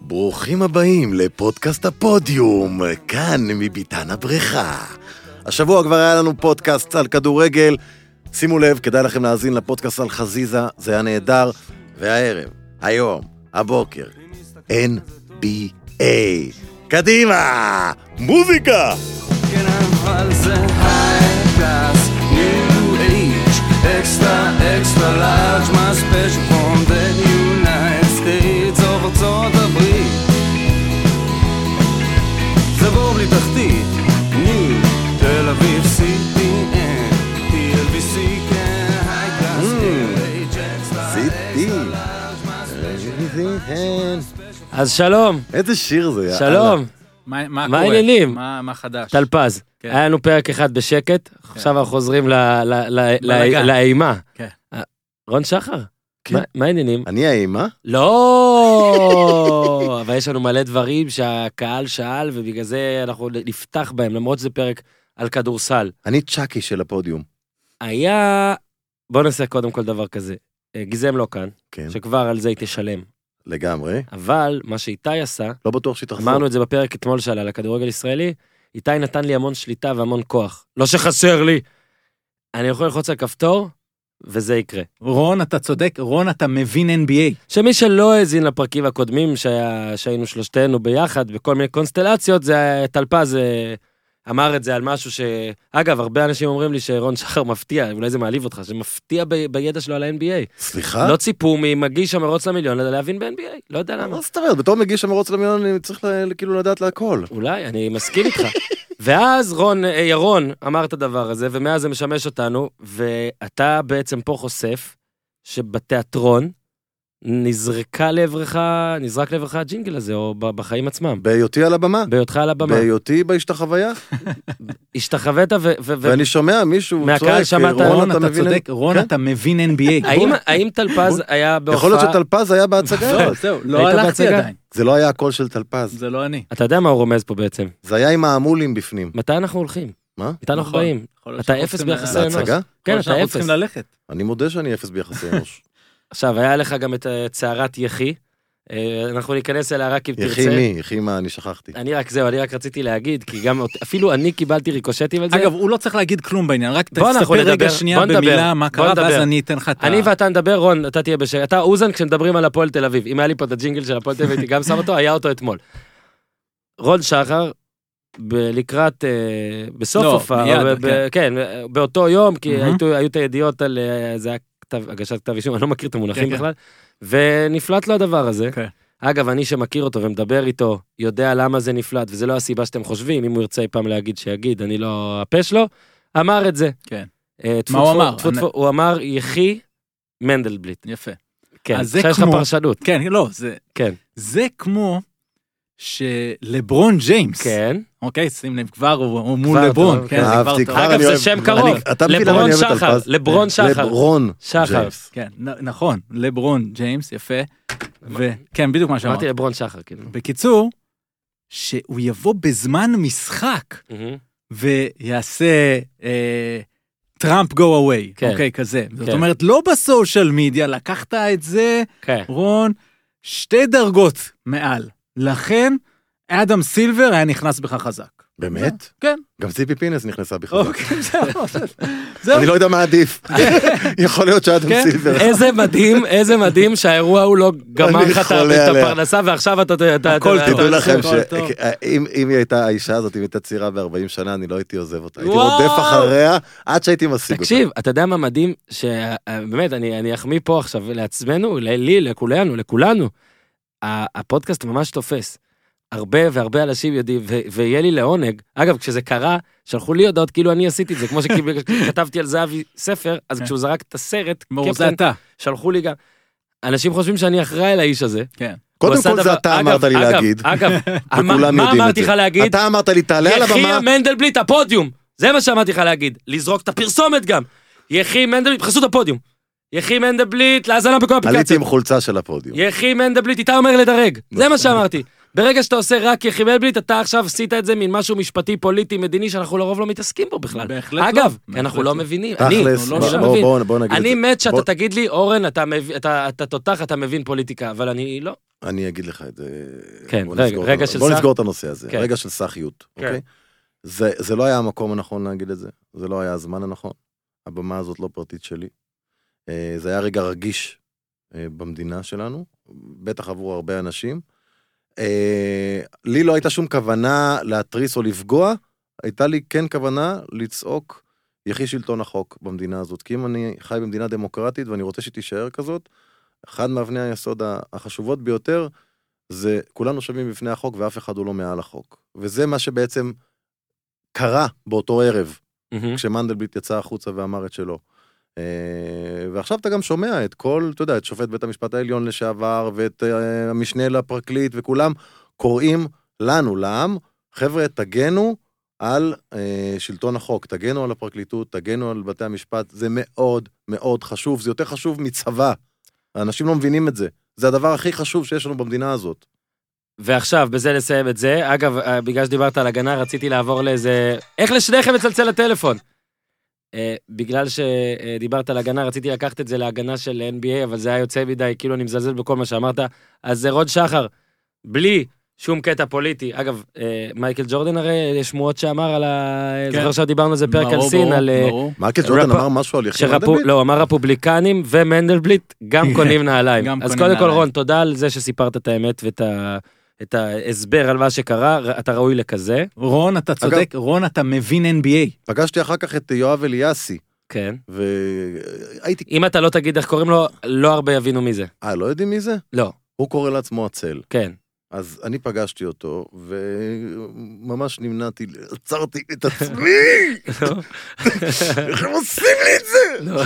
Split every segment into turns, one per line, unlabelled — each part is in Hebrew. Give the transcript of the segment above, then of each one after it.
ברוכים הבאים לפודקאסט הפודיום, כאן מביתן הבריכה. השבוע כבר היה לנו פודקאסט על כדורגל. שימו לב, כדאי לכם להאזין לפודקאסט על חזיזה, זה היה נהדר. והערב, היום, הבוקר, NBA. קדימה! מוזיקה!
Can I find the high class, new age, extra, extra large, my special from the United States of ארצות הברית. זה בור בלי תחתית, ניו, תל אביב, CTN, TLBC, כן, high class, new age, extra,
סיטי.
extra large, my special
אז שלום,
איזה שיר זה,
שלום,
מה, מה,
מה
קורה?
העניינים?
מה, מה חדש?
טל פז.
כן.
היה לנו פרק אחד בשקט, עכשיו אנחנו חוזרים ל- ל- ל- ל-
בלגן.
לאימה.
כן.
אה, רון שחר,
כן.
מה- מה העניינים?
אני האימה?
לא, אבל יש לנו מלא דברים שהקהל שאל ובגלל זה אנחנו נפתח בהם, למרות שזה פרק על כדורסל.
אני צ'אקי של הפודיום.
היה, בוא נעשה קודם כל דבר כזה, אה, גיזם לא כאן,
כן,
שכבר על זה היא תשלם,
לגמרי.
אבל מה שאיתי עשה,
לא בטוח שהיא תחזור.
אמרנו את זה בפרק אתמול שלה על הכדורגל הישראלי, איתי נתן לי המון שליטה והמון כוח. לא שחסר לי. אני יכול ללחוץ על כפתור, וזה יקרה.
רון, אתה צודק, רון, אתה מבין NBA.
שמי שלא האזין לפרקים הקודמים, שהיה, שהיינו שלושתנו ביחד בכל מיני קונסטלציות, זה טלפז אה, אמר את זה על משהו ש... אגב, הרבה אנשים אומרים לי שרון שחר מפתיע, אולי זה מעליב אותך, שמפתיע ב... בידע שלו על ה-NBA.
סליחה?
לא ציפו ממגיש המרוץ למיליון להבין ב-NBA, לא יודע למה.
מה זאת אומרת? בתור מגיש המרוץ למיליון אני צריך ל- כאילו לדעת להכל.
אולי, אני מסכים איתך. ואז רון, אה, ירון אמר את הדבר הזה, ומאז זה משמש אותנו, ואתה בעצם פה חושף שבתיאטרון נזרקה לעברך, נזרק לעברך הג'ינגל הזה, או ב- בחיים עצמם.
בהיותי על הבמה.
בהיותך על הבמה.
בהיותי בהשתחוויה,
השתחווית ו... ו- ו-
ואני שומע מישהו
מהקהל
צועק, כאילו,
שמעת,
רון
רון,
אתה
אתה
מבין?
צודק, רון,
כן.
אתה מבין NBA.
האם-
בוא,
האם טלפז היה בהופעה...
יכול להיות שטלפז היה בהצגה.
זהו, זהו, לא
היית
הלכתי
בהצגה?
עדיין.
זה לא היה הקול של טלפז,
זה לא אני.
אתה יודע מה הוא רומז פה בעצם?
זה היה עם העמולים בפנים.
מתי אנחנו הולכים?
מה?
מתי אנחנו
נכון.
באים?
יכול להיות
אתה
שאנחנו
אפס
צריכים
ביחס
ל-
אנוש.
להצגה?
כן,
יכול להיות
אתה
שאנחנו
אפס.
צריכים ללכת.
אני מודה שאני אפס ביחסי אנוש.
עכשיו, היה לך גם את אה, צערת יחי. אה, אנחנו ניכנס אליה רק אם תרצה. כן,
יחי מי? יחי מה? אני שכחתי.
אני רק זהו, אני רק רציתי להגיד, כי גם אות- אפילו אני קיבלתי ריקושטים על זה.
אגב, הוא לא צריך להגיד כלום בעניין, רק
בוא, אנחנו
תספר רגע
נדבר,
שנייה
בוא נדבר,
במילה מה
בוא
קרה, ואז
נדבר.
אני אתן לך את ה...
אני ואתה נדבר, רון, אתה תהיה בשקט. אתה אוזן כשמדברים על הפועל תל אביב. אם היה לי פה את הג'ינגל של הפועל תל אביב, הייתי גם שם אותו, היה אותו אתמול. רון שחר, ב- לקראת, אה, בסוף
לא,
הופעה,
מיד,
ב-
כן.
ב- כן, אה, באותו יום, כי
מהמם.
הייתו- היו את הידיעות על, אה, זה היה כתב- הגשת כתב אישום, אני לא מכיר את המונחים
כן, כן.
בכלל, ונפלט לו הדבר הזה.
אוקיי.
אגב, אני שמכיר אותו ומדבר איתו, יודע למה זה נפלט, וזה לא הסיבה שאתם חושבים, אם הוא ירצה אי פעם להגיד, שיגיד, אני לא הפה שלו, אמר את זה.
כן.
אה, טפו
מה הוא
טפו,
אמר?
טפו
אני-
טפו, הוא אמר יחי מנדלבליט.
יפה.
כן,
אז זה
עכשיו יש לך
כמו-
פרשנות.
כן, לא, זה...
כן.
זה כמו שלברון ג'יימס,
כן.
אוקיי? שים לב, כבר הוא הוא מול
כבר,
לברון.
טוב,
כן,
כן.
זה כבר
אהבתי,
טוב.
כבר
אגב,
אני
זה
אוהב-
שם
אני-
קרוב.
אתה מבין למה אני
לברון
אוהב את
שחר,
טלפז?
לברון שחר.
לברון
שחר.
ג'יימס.
כן, נ- נכון, לברון ג'יימס, יפה. וכן, בדיוק מה שאמרת.
אמרתי לברון שחר, כאילו.
בקיצור, שהוא יבוא בזמן משחק
מהמם.
ויעשה אה, טראמפ גו אווי,
כן.
אוקיי, כזה. זאת
כן.
אומרת, לא בסושיאל מדיה, לקחת את זה,
כן.
רון, שתי דרגות מעל. לכן, אדם סילבר היה נכנס בך חזק.
באמת?
כן.
לא.
גם ציפי פינס נכנסה בכלל.
אוקיי, זהו. זהו.
אני לא יודע מה עדיף. יכול להיות שאדם
כן.
סילבר.
איזה מדהים, איזה מדהים שהאירוע הוא לא גמר
אני
לך את
חולה
ה- את
עליה.
הפרנסה, ועכשיו אתה... אתה- אתה-
הכל
אתה-
טוב.
תדעו
אתה-
לכם
הכל טוב.
שאם אם היא הייתה האישה הזאת, אם היא הייתה צעירה ב-40 שנה, אני לא הייתי עוזב אותה. הייתי
וואו.
רודף אחריה עד שהייתי משיג אותה.
תקשיב, אתה יודע מה מדהים? שבאמת, אני אני אחמיא פה עכשיו לעצמנו, ל- לי, לכולנו, לכולנו. ה- הפודקאסט ממש תופס. הרבה והרבה אנשים יודעים, ו- ויהיה לי לעונג. אגב, כשזה קרה, שלחו לי הודעות כאילו אני עשיתי את זה, כמו שכתבתי על זהבי ספר, אז
כן.
כשהוא זרק את הסרט,
ברור, זה
קפטן,
אתה.
שלחו לי גם. אנשים חושבים שאני אחראי על האיש הזה.
כן.
הוא
קודם
עשה
כל
דבר-
זה אתה
אגב,
אמרת לי
אגב,
להגיד.
אגב, אמר-
וכולם
מה
יודעים את
אמרתי
זה.
לך להגיד?
אתה אמרת לי, תעלה על
יחי
הבמה,
מנדלבליט הפודיום, זה מה שאמרתי לך להגיד, לזרוק את הפרסומת גם. יחי מנדלבליט, חסות הפודיום. יחי מנדלבליט, להאזנה בכל
עליתי
אפליקציה.
עם חולצה של הפודיום.
יחי מנדלבליט, איתי אומר לדרג, זה מה שאמרתי. ברגע שאתה עושה רק יחי מנדלבליט, אתה עכשיו עשית את זה מן משהו משפטי, פוליטי, מדיני, שאנחנו לרוב לא מתעסקים בו בכלל.
בהחלט לא.
אגב,
בהחלט
אנחנו לא
לא.
מבינים, אני,
תכלס,
לא
בוא-
שם.
בוא-
מבין.
בוא- בוא נגיד את
אני
זה.
מת שאתה
בוא-
תגיד לי, אורן, אתה מבין- אתה אתה תותח, אתה מבין פוליטיקה, אבל אני לא.
אני אגיד לך את זה.
כן,
בוא
רגע-
נסגור את
רגע
הנושא-
של
בוא
סך-
נסגור את הנושא הזה,
כן.
רגע של סחיות,
כן.
אוקיי? זה זה לא היה המקום הנכון להגיד את זה, זה לא היה הזמן הנכון. הבמה הזאת לא פרטית שלי. אה, זה היה רגע רגיש אה, במדינה שלנו, בטח עבור הרבה אנשים. אה, לי לא הייתה שום כוונה להתריס או לפגוע, הייתה לי כן כוונה לצעוק יחי שלטון החוק במדינה הזאת. כי אם אני חי במדינה דמוקרטית ואני רוצה שהיא תישאר כזאת, אחד מאבני היסוד ה- החשובות ביותר זה כולנו שווים בפני החוק ואף אחד הוא לא מעל החוק. וזה מה שבעצם קרה באותו ערב,
מהמם.
כשמנדלבליט יצא החוצה ואמר את שלו. אה, ועכשיו אתה גם שומע את כל, אתה יודע, את שופט בית המשפט העליון לשעבר ואת אה, המשנה לפרקליט וכולם קוראים לנו, לעם, חבר'ה, תגנו על אה, שלטון החוק, תגנו על הפרקליטות, תגנו על בתי המשפט, זה מאוד מאוד חשוב, זה יותר חשוב מצבא. האנשים לא מבינים את זה. זה הדבר הכי חשוב שיש לנו במדינה הזאת.
ועכשיו, בזה נסיים את זה. אגב, אה, בגלל שדיברת על הגנה, רציתי לעבור לאיזה... איך לשניכם מצלצל לטלפון? אה, בגלל שדיברת על הגנה, רציתי לקחת את זה להגנה של NBA, אבל זה היה יוצא מדי, כאילו אני מזלזל בכל מה שאמרת. אז זה רוד שחר, בלי שום קטע פוליטי. אגב, אה, מייקל ג'ורדן הרי, יש שמועות שאמר על ה...
כן.
זוכר שדיברנו על זה פרק על
ברור,
סין,
ברור,
על... אה,
ברור.
מייקל ג'ורדן
רפ-
אמר משהו על יחי
שרפו,
מנדלבליט?
לא, אמר רפובליקנים ומנדלבליט גם
כן,
קונים נעליים.
גם
אז
קונים
קודם כל,
נעליים.
רון, תודה על זה שסיפרת את האמת ואת ה... את ההסבר על מה שקרה, ר- אתה ראוי לכזה.
רון, אתה צודק, רון, אתה מבין NBA.
פגשתי אחר כך את יואב אליאסי,
כן.
והייתי...
אם אתה לא תגיד איך קוראים לו, לא הרבה יבינו מי זה.
אה, לא יודעים מי זה?
לא,
הוא קורא לעצמו הצל.
כן.
אז אני פגשתי אותו, וממש נמנעתי, עצרתי את עצמי! איך הם עושים לי את זה?
לא.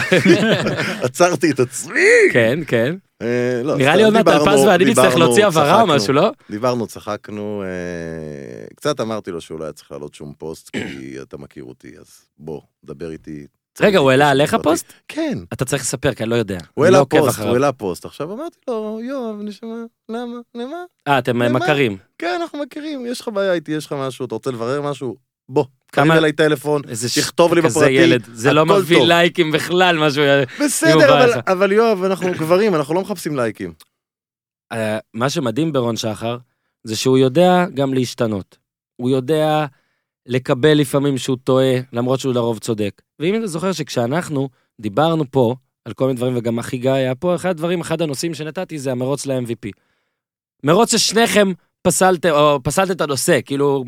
עצרתי את עצמי!
כן, כן.
אה, לא,
נראה
סתם,
לי עוד מעט
דיברנו-
אלפז ואני נצטרך
דיברנו,
להוציא הבהרה או
צחקנו.
משהו, לא?
דיברנו, צחקנו, אה, קצת אמרתי לו שהוא לא היה צריך לעלות שום פוסט, כי אתה מכיר אותי, אז בוא, דבר איתי.
רגע, הוא העלה עליך פוסט?
כן.
אתה צריך לספר, כי אני לא יודע.
הוא
אני לא
העלה
עוקב
פוסט,
אחריו.
הוא העלה פוסט. עכשיו אמרתי לו, יואב, נשמה, למה? למה?
אה, אתם אה,
למה?
מכרים.
כן, אנחנו מכירים, יש לך בעיה איתי, יש לך משהו, אתה רוצה לברר משהו? בוא,
כמה-
תרים אליי טלפון,
איזה ש-
תכתוב לי
כזה
בפרטי,
ילד. זה לא
הכל
מביא
טוב.
לייקים בכלל, משהו... אם הוא
בסדר,
בא
אבל-
לך.
אבל יואב, אנחנו גברים, אנחנו לא מחפשים לייקים.
אה, מה שמדהים ברון שחר, זה שהוא יודע גם להשתנות. הוא יודע לקבל לפעמים שהוא טועה, למרות שהוא לרוב צודק. ואם אתה זוכר שכשאנחנו דיברנו פה על כל מיני דברים, וגם אחי גיא היה פה, אחד הדברים, אחד הנושאים שנתתי זה המרוץ ל-MVP. מרוץ ששניכם פסלתם, או פסלתם את הנושא, כאילו,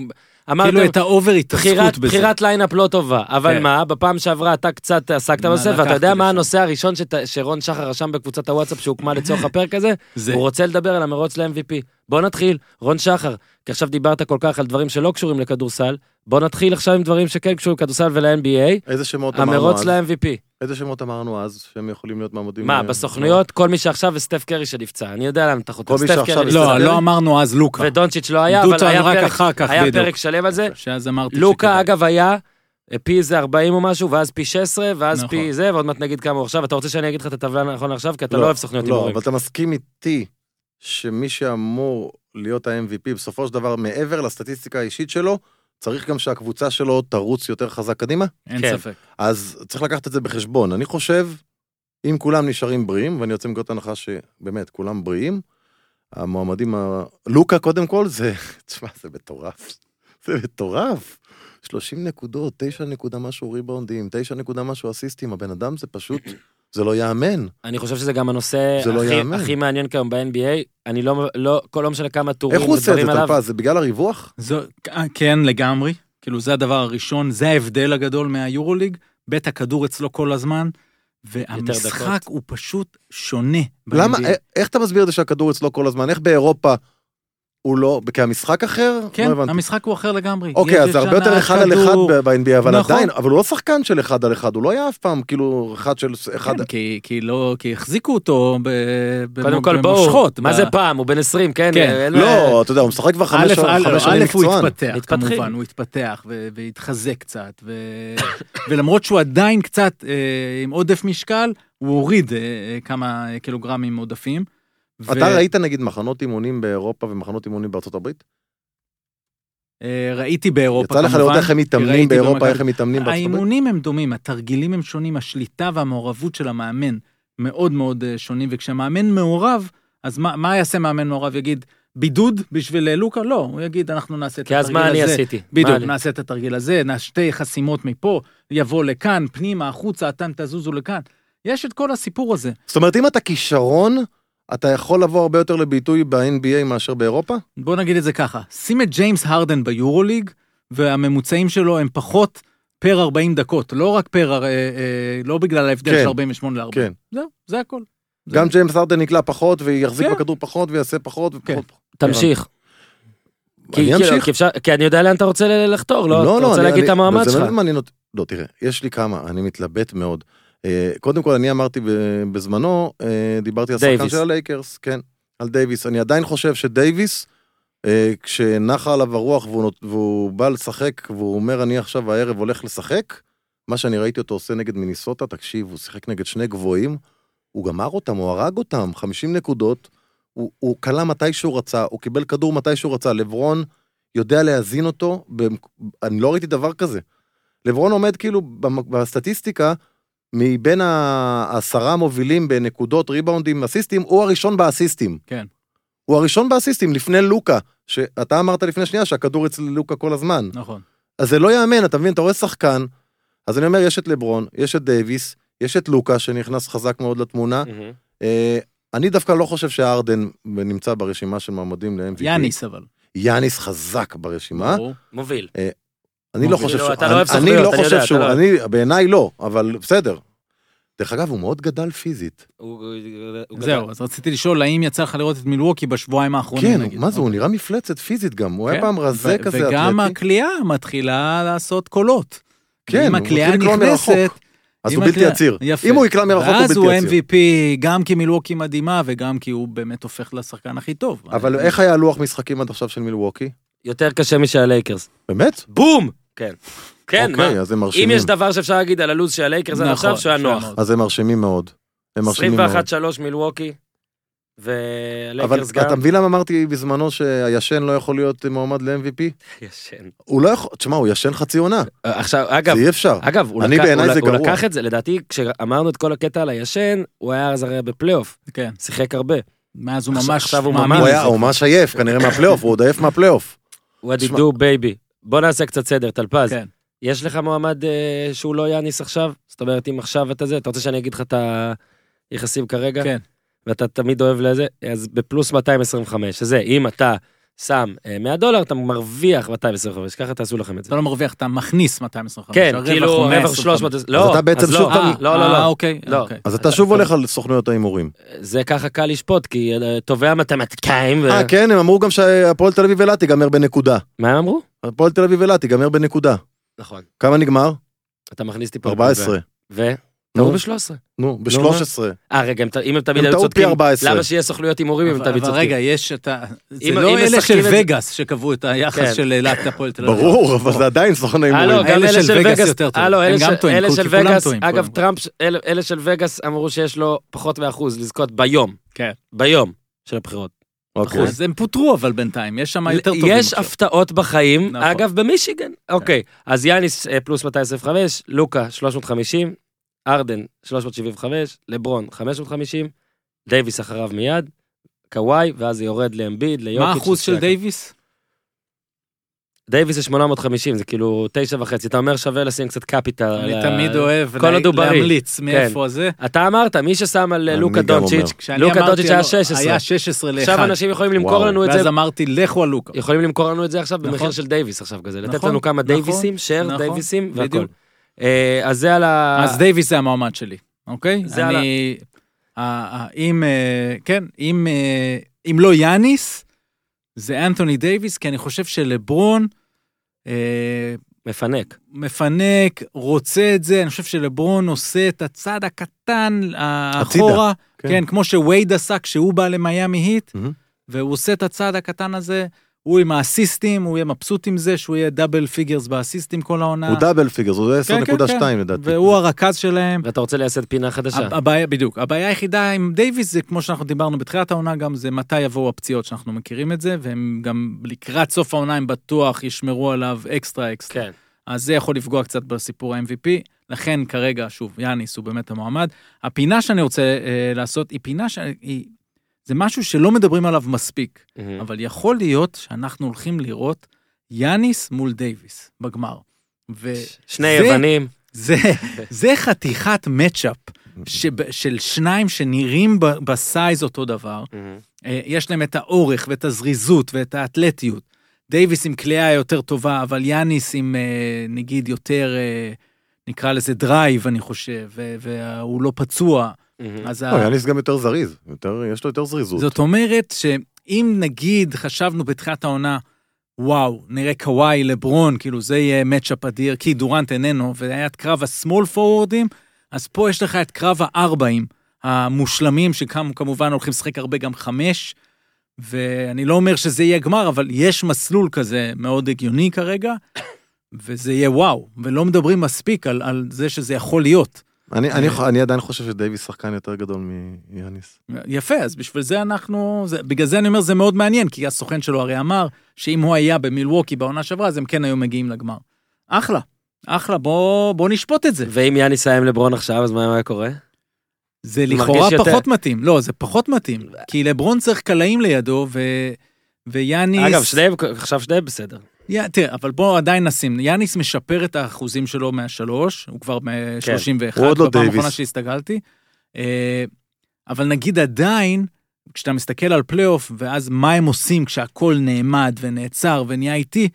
אמרתם...
כאילו את האובר
בחירת,
התעסקות בזה.
בחירת ליינאפ לא טובה, אבל
כן.
מה, בפעם שעברה אתה קצת עסקת
מה,
בנושא, ואתה
לקחתי
יודע מה
לשם.
הנושא הראשון שת, שרון שחר רשם בקבוצת הוואטסאפ שהוקמה לצורך הפרק הזה?
זה-
הוא רוצה לדבר על המרוץ ל-MVP. בוא נתחיל, רון שחר, כי עכשיו דיברת כל כך על דברים שלא קשורים לכדורסל, בוא נתחיל עכשיו עם דברים שכן קשורים לכדורסל ול-NBA,
איזה שמות אמרנו
המרוץ
אז?
ל-MVP.
איזה שמות אמרנו אז, שהם יכולים להיות מעמודים?
מה, בסוכנויות, כל מי שעכשיו וסטף קרי שנפצע, אני יודע למה אתה חותם,
כל מי
סטף
שעכשיו
קרי
וסטף
נפצע,
לא, לא אמרנו אז לוקה.
ודונצ'יץ' לא היה, אבל
דוטון
היה
רק
פרק-
אחר כך,
היה
בדיוק.
פרק שלם על זה.
שאז אמרתי
לוקה
שכדאי.
אגב היה אה, פי איזה 40 או משהו, ואז פי 16, ואז
נכון.
פי זה, ועוד מעט נגיד כמה הוא עכשיו. אתה רוצה שאני אגיד לך את הטבלה הנכון עכשיו? כי אתה לא אוהב סוכניות
לא,
הימורים.
אבל אתה מסכים איתי שמי שאמור להיות ה-MVP, בסופו של דבר, מעבר לסטטיסטיקה האישית שלו, צריך גם שהקבוצה שלו תרוץ יותר חזק קדימה?
כן.
אין ספק.
אז צריך לקחת את זה בחשבון. אני חושב, אם כולם נשארים בריאים, ואני יוצא מנקודת הנחה שבאמת, כולם בריאים, המועמדים, ה... לוקה קודם כל, זה, תשמע, זה מטורף. זה מטורף. 30 נקודות, 9 נקודה משהו ריבאונדים, 9 נקודה משהו אסיסטים, הבן אדם זה פשוט, זה לא ייאמן.
אני חושב שזה גם הנושא
זה לא
הכי-
ייאמן.
הכי מעניין כיום ב-NBA. אני לא, לא, כל לא משנה כמה טורים
איך הוא עושה את
ודברים
זה,
עליו.
טלפז? זה בגלל הריווח?
זו, כן, לגמרי. כאילו, זה הדבר הראשון, זה ההבדל הגדול מהיורוליג. בית הכדור אצלו כל הזמן, והמשחק
דקות.
הוא פשוט שונה.
למה, אה,
ב-NBA.
א- איך אתה מסביר את זה שהכדור אצלו כל הזמן? איך באירופה הוא לא, כי המשחק אחר?
כן,
לא הבנתי.
המשחק הוא אחר לגמרי.
אוקיי,
יש
אז זה הרבה
ישנה,
יותר אחד על אחד
כדור.
ב- ב-NBA, אבל
נכון.
עדיין, אבל הוא לא שחקן של אחד על אחד, הוא לא היה אף פעם כאילו אחד של אחד...
כן, כי, כי לא, כי החזיקו אותו ב, ב,
קודם כל, בואו,
במושכות.
מה
ב-
זה פעם? הוא בן 20, כן?
כן.
אין לו-
לא, אתה יודע, הוא משחק כבר חמש
א',
שנים
א',
חמש שנים
א', הוא
מקצוען.
התפתח,
מתפתחים.
כמובן, הוא התפתח ו- והתחזק קצת, ו... ולמרות שהוא עדיין קצת אה, עם עודף משקל, הוא הוריד אה, אה, כמה קילוגרמים עודפים. ו-
אתה ראית נגיד מחנות אימונים באירופה ומחנות אימונים בארצות הברית?
אה, ראיתי באירופה,
יצא
כמובן.
לך לראות איך הם
כי
מתאמנים
ראיתי
באירופה,
במכבי-
איך הם מתאמנים בארצות הברית?
האימונים הם דומים, התרגילים הם שונים, השליטה והמעורבות של המאמן מאוד מאוד אה, שונים, וכשהמאמן מעורב, אז מה, מה יעשה מאמן מעורב? יגיד, בידוד בשביל אה, לוקה? לא, הוא יגיד, אנחנו נעשה את
כי אז
התרגיל הזה.
מה אני עשיתי? מה
בדיוק,
אני-
נעשה את התרגיל הזה, נעשה שתי חסימות מפה, יבוא לכאן, פנימה, החוצה, אתם תזוזו לכאן. יש את כל הסיפור הזה.
זאת אומרת, אם אתה כישרון, אתה יכול לבוא הרבה יותר לביטוי ב-NBA מאשר באירופה?
בוא נגיד את זה ככה, שים את ג'יימס הרדן ביורוליג, והממוצעים שלו הם פחות פר 40 דקות, לא רק פר, אה, אה, לא בגלל ההבדל
כן.
של 48 ל-40.
כן.
זהו, זה הכל. זה-
גם ג'יימס ארדן נקלע פחות, ויחזיק
כן.
בכדור פחות, ויעשה פחות ופחות.
תמשיך. כן. כי-
אני
כי-
אמשיך.
כי אפשר- כי אני יודע לאן אתה רוצה ל- לחתור, לא? אתה רוצה
אני-
להגיד את
אני-
המעמד
זה
שלך.
באמת מעניין אותי. לא, תראה, יש לי כמה, אני מתלבט מאוד. אה, קודם כל, אני אמרתי ב- בזמנו, אה, דיברתי על שחקן
דייוויס.
של הלייקרס, כן, על דייוויס. אני עדיין חושב שדייוויס, אה, כשנחה עליו הרוח והוא, נות- והוא בא לשחק, והוא אומר, אני עכשיו הערב הולך לשחק, מה שאני ראיתי אותו עושה נגד מיניסוטה, תקשיב, הוא שיחק נגד שני גבוהים, הוא גמר אותם, הוא הרג אותם, 50 נקודות, הוא, הוא כלה מתי שהוא רצה, הוא קיבל כדור מתי שהוא רצה, לברון יודע להזין אותו, במק... אני לא ראיתי דבר כזה. לברון עומד כאילו במ- בסטטיסטיקה, מבין ה- העשרה המובילים בנקודות, ריבאונדים, אסיסטים, הוא הראשון באסיסטים.
כן.
הוא הראשון באסיסטים, לפני לוקה, שאתה אמרת לפני שנייה שהכדור אצל לוקה כל הזמן.
נכון.
אז זה לא יאמן, אתה מבין? אתה רואה שחקן, אז אני אומר, יש את לברון, יש את דייוויס, יש את לוקה שנכנס חזק מאוד לתמונה.
מהמם.
אה, אני דווקא לא חושב שהארדן נמצא ברשימה של מועמדים ל-MVP.
יאניס אבל.
יאניס חזק ברשימה.
ברור.
מוביל.
אני לא
מוביל.
חושב
לא,
שהוא...
אתה לא אוהב
אני-
סוכנויות,
אני לא
אני
חושב
יודע,
שהוא...
אתה לא
אני, בעיניי לא, אבל בסדר. דרך אגב, הוא מאוד גדל פיזית.
הוא- הוא- הוא
זהו,
גדל.
אז רציתי לשאול, האם יצא לך לראות את מילווקי בשבועיים האחרונים,
כן,
נגיד? אוקיי.
מה זה, הוא נראה מפלצת פיזית גם. הוא היה
כן.
פעם רזה
ו-
כזה אתלטי.
וגם הקליעה מתחילה לעשות קולות.
כן,
אם
הוא
הקליעה
מתחיל לקלוע מרחוק.
נכנסת,
אז
אם
הוא בלתי
הקליעה-
עציר.
יפה.
אם הוא יקלע מרחוק, הוא
ואז הוא
בלתי עציר.
MVP, גם כי מילווקי מדהימה וגם כי הוא באמת הופך לשחקן הכי טוב.
אבל
אני-
איך היה לוח משחקים עד עכשיו של מילווקי?
יותר קשה משל הלייקרס.
באמת?
בום! כן. כן, מה?
אוקיי, אז הם
אם
מרשימים.
יש דבר שאפשר להגיד על הלו"ז של הלייקרס עד
נכון,
עכשיו, שהיה נוח.
מאוד.
אז הם מרשימים מאוד. הם מרשימים מאוד.
21-3 מילווקי,
אבל
והלייקרס גם.
אתה מבין למה אמרתי בזמנו שהישן לא יכול להיות מועמד ל-MVP?
ישן.
הוא לא יכול, תשמע, הוא ישן חצי עונה,
אה, עכשיו,
זה
אגב,
אי אפשר.
אגב, הוא
אני
לקח-
בעיניי
הוא-
זה
הוא
גרוע.
לקח את זה, לדעתי, כשאמרנו את כל הקטע על הישן, הוא היה אז הרי בפלייאוף,
כן,
שיחק הרבה.
מאז הוא
עכשיו-
ממש
עכשיו הוא
מאמין.
ממש-
הוא
בזה.
היה הוא ממש עייף, כנראה מהפלייאוף, הוא עוד עייף מהפלייאוף.
What did
תשמע-
do baby. בוא נעשה קצת סדר, טלפז.
כן.
יש לך מועמד אה, שהוא לא יאניס עכשיו? זאת אומרת, אם עכשיו אתה זה, אתה רוצה שאני אגיד לך את היחסים כרגע?
כן.
ואתה תמיד אוהב לזה, אז בפלוס 225, שזה אם אתה שם אה, 100 דולר, אתה מרוויח 225, ככה תעשו לכם את זה.
אתה לא מרוויח, אתה מכניס 225.
כן,
הרווח
כאילו,
הוא
מעבר
125.
300, לא,
אתה בעצם
אז לא,
שוב-
אה, לא, לא,
אה,
לא,
אוקיי,
לא.
אוקיי.
אז אתה שוב הולך על סוכנויות ההימורים.
זה ככה קל לשפוט, כי אה, טובי המתמטיקאים, ו-
אה, כן, הם אמרו גם שהפועל תל אביב אילת תיגמר בנקודה.
מה הם אמרו?
הפועל תל אביב אילת תיגמר בנקודה.
נכון.
כמה נגמר?
אתה מכניס טיפה.
14.
ו?
נו, לא,
טעו ב-13.
נו, ב-13.
אה, רגע, הם ט- אם הם תמיד
הם
היו
טעו פי
צודקים,
14.
למה שיהיה סוכנויות הימורים אם הם
אבל
תמיד
אבל
צודקים?
רגע, יש את ה... זה
אם-
לא
אם
אלה של
משחקים את-
וגאס שקבעו את
כן.
היחס של אילת הפועל תל אביב.
ברור, אבל זה עדיין סוכן
אה,
הלו,
ההימורים.
גם
אלה
אלה
של
של
וגאס
וגאס,
יותר טועים.
הלו,
הם
אלה
גם
של-
טועים,
אלה
כי
של
כולם
וגאס,
טועים,
אגב,
כולם.
טראמפ, ש- אלה- אלה של וגאס אמרו שיש לו פחות מאחוז לזכות ביום,
כן.
ביום של הבחירות.
אוקיי.
אז הם פוטרו אבל בינתיים, יש שם יותר טובים.
יש
עכשיו.
הפתעות בחיים,
נכון.
אגב, במישיגן. אוקיי, אז יאניס אה, פלוס 225, לוקה 350, ארדן 375, לברון 550, דייוויס אחריו מיד, קוואי, ואז זה יורד לאמביד, ליוקיץ'.
מה האחוז של
לסייקה.
דייוויס?
דייוויס זה 850, זה כאילו 9 וחצי. אתה אומר שווה לשים קצת קפיטל.
אני
על ה-
תמיד אוהב
כל כן.
לה-
עוד הוא בריא.
להמליץ מאיפה זה.
אתה אמרת, מי ששם על אה,
אני
לוקה
גם אומר.
דונצ'יץ',
כשאני
לוקה
אמרתי
דונצ'יץ' היה
לו,
16.
היה 16 ל-1.
עכשיו אנשים יכולים למכור
וואו.
לנו את זה,
ואז אמרתי, לכו על לוקה.
יכולים למכור לנו את זה עכשיו במחיר
נכון.
של דייוויס עכשיו כזה, לתת
נכון,
לנו כמה
נכון,
דייוויסים, שייר
נכון,
דייוויסים והכל.
בדיוק.
אה, אז זה על ה...
אז דייוויס זה המועמד שלי, אוקיי?
זה
אני... ה- ה- אם, אה, כן, אם, אה, אם לא יאניס, זה אנתוני דייוויס, כי אני חושב שלברון אה,
מפנק.
מפנק, רוצה את זה, אני חושב שלברון עושה את הצעד הקטן ה- אחורה,
כן.
כן. כן, כמו שווייד עשה כשהוא בא למיאמי היט,
מהמם.
והוא עושה את הצעד הקטן הזה, הוא עם האסיסטים, הוא יהיה מבסוט עם זה, שהוא יהיה דאבל פיגרס באסיסטים כל העונה,
הוא דאבל פיגרס, הוא
כן, כן,
10.2
כן.
לדעתי.
והוא הרכז שלהם.
ואתה רוצה לייסד פינה חדשה.
הבעיה, בדיוק. הבעיה היחידה עם דייוויס זה כמו שאנחנו דיברנו בתחילת העונה, גם זה מתי יבואו הפציעות שאנחנו מכירים את זה, והם גם לקראת סוף העונה הם בטוח ישמרו עליו אקסטרה אקסטרה.
כן.
אז זה יכול לפגוע קצת בסיפור ה-MVP, לכן כרגע, שוב, יאניס הוא באמת המועמד. הפינה שאני רוצה אה, לעשות היא פינה שהיא... זה משהו שלא מדברים עליו מספיק.
מהמם.
אבל יכול להיות שאנחנו הולכים לראות יאניס מול דייוויס בגמר. וזה
שני
זה-
יוונים,
זה חתיכת מצ'אפ שב- של שניים שנראים ב- בסייז אותו דבר.
מהמם.
אה, יש להם את האורך ואת הזריזות ואת האתלטיות. דייוויס עם כליאה יותר טובה, אבל יאניס עם אה, נגיד יותר, אה, נקרא לזה דרייב, אני חושב, ו- והוא לא פצוע.
מהמם.
אז
לא,
ה-
יאניס גם יותר זריז, יותר- יש לו יותר זריזות.
זאת אומרת שאם נגיד חשבנו בתחילת העונה, וואו, נראה קוואי, לברון, כאילו זה יהיה מצ'אפ אדיר, כי דורנט איננו, והיה את קרב הסמול פורוורדים, אז פה יש לך את קרב הארבעים המושלמים, שכמובן הולכים לשחק הרבה גם חמש, ואני לא אומר שזה יהיה גמר, אבל יש מסלול כזה מאוד הגיוני כרגע, וזה יהיה וואו, ולא מדברים מספיק על, על זה שזה יכול להיות.
אני- אני ח- אני עדיין חושב שדייוויס שחקן יותר גדול מיאניס.
יפה, אז בשביל זה אנחנו, זה, בגלל זה אני אומר זה מאוד מעניין, כי הסוכן שלו הרי אמר שאם הוא היה במילווקי בעונה שעברה, אז הם כן היו מגיעים לגמר. אחלה, אחלה, בוא, בוא נשפוט את זה.
ואם יאניס היה עם לברון עכשיו, אז מה היה קורה?
זה
מרגיש
לכאורה
יותר-
פחות מתאים, לא, זה פחות מתאים, כי לברון צריך קלעים לידו, ו... ויאניס...
אגב, שניהם, עכשיו שניהם בסדר.
יא, תראה, אבל בוא עדיין נשים, יאניס משפר את האחוזים שלו מהשלוש, הוא
כן,
כבר מ-31,
הוא עוד לא
בפעם
דייוויס.
האחרונה שהסתגלתי. אה, אבל נגיד עדיין, כשאתה מסתכל על פלייאוף, ואז מה הם עושים כשהכול נעמד ונעצר ונהיה איטי,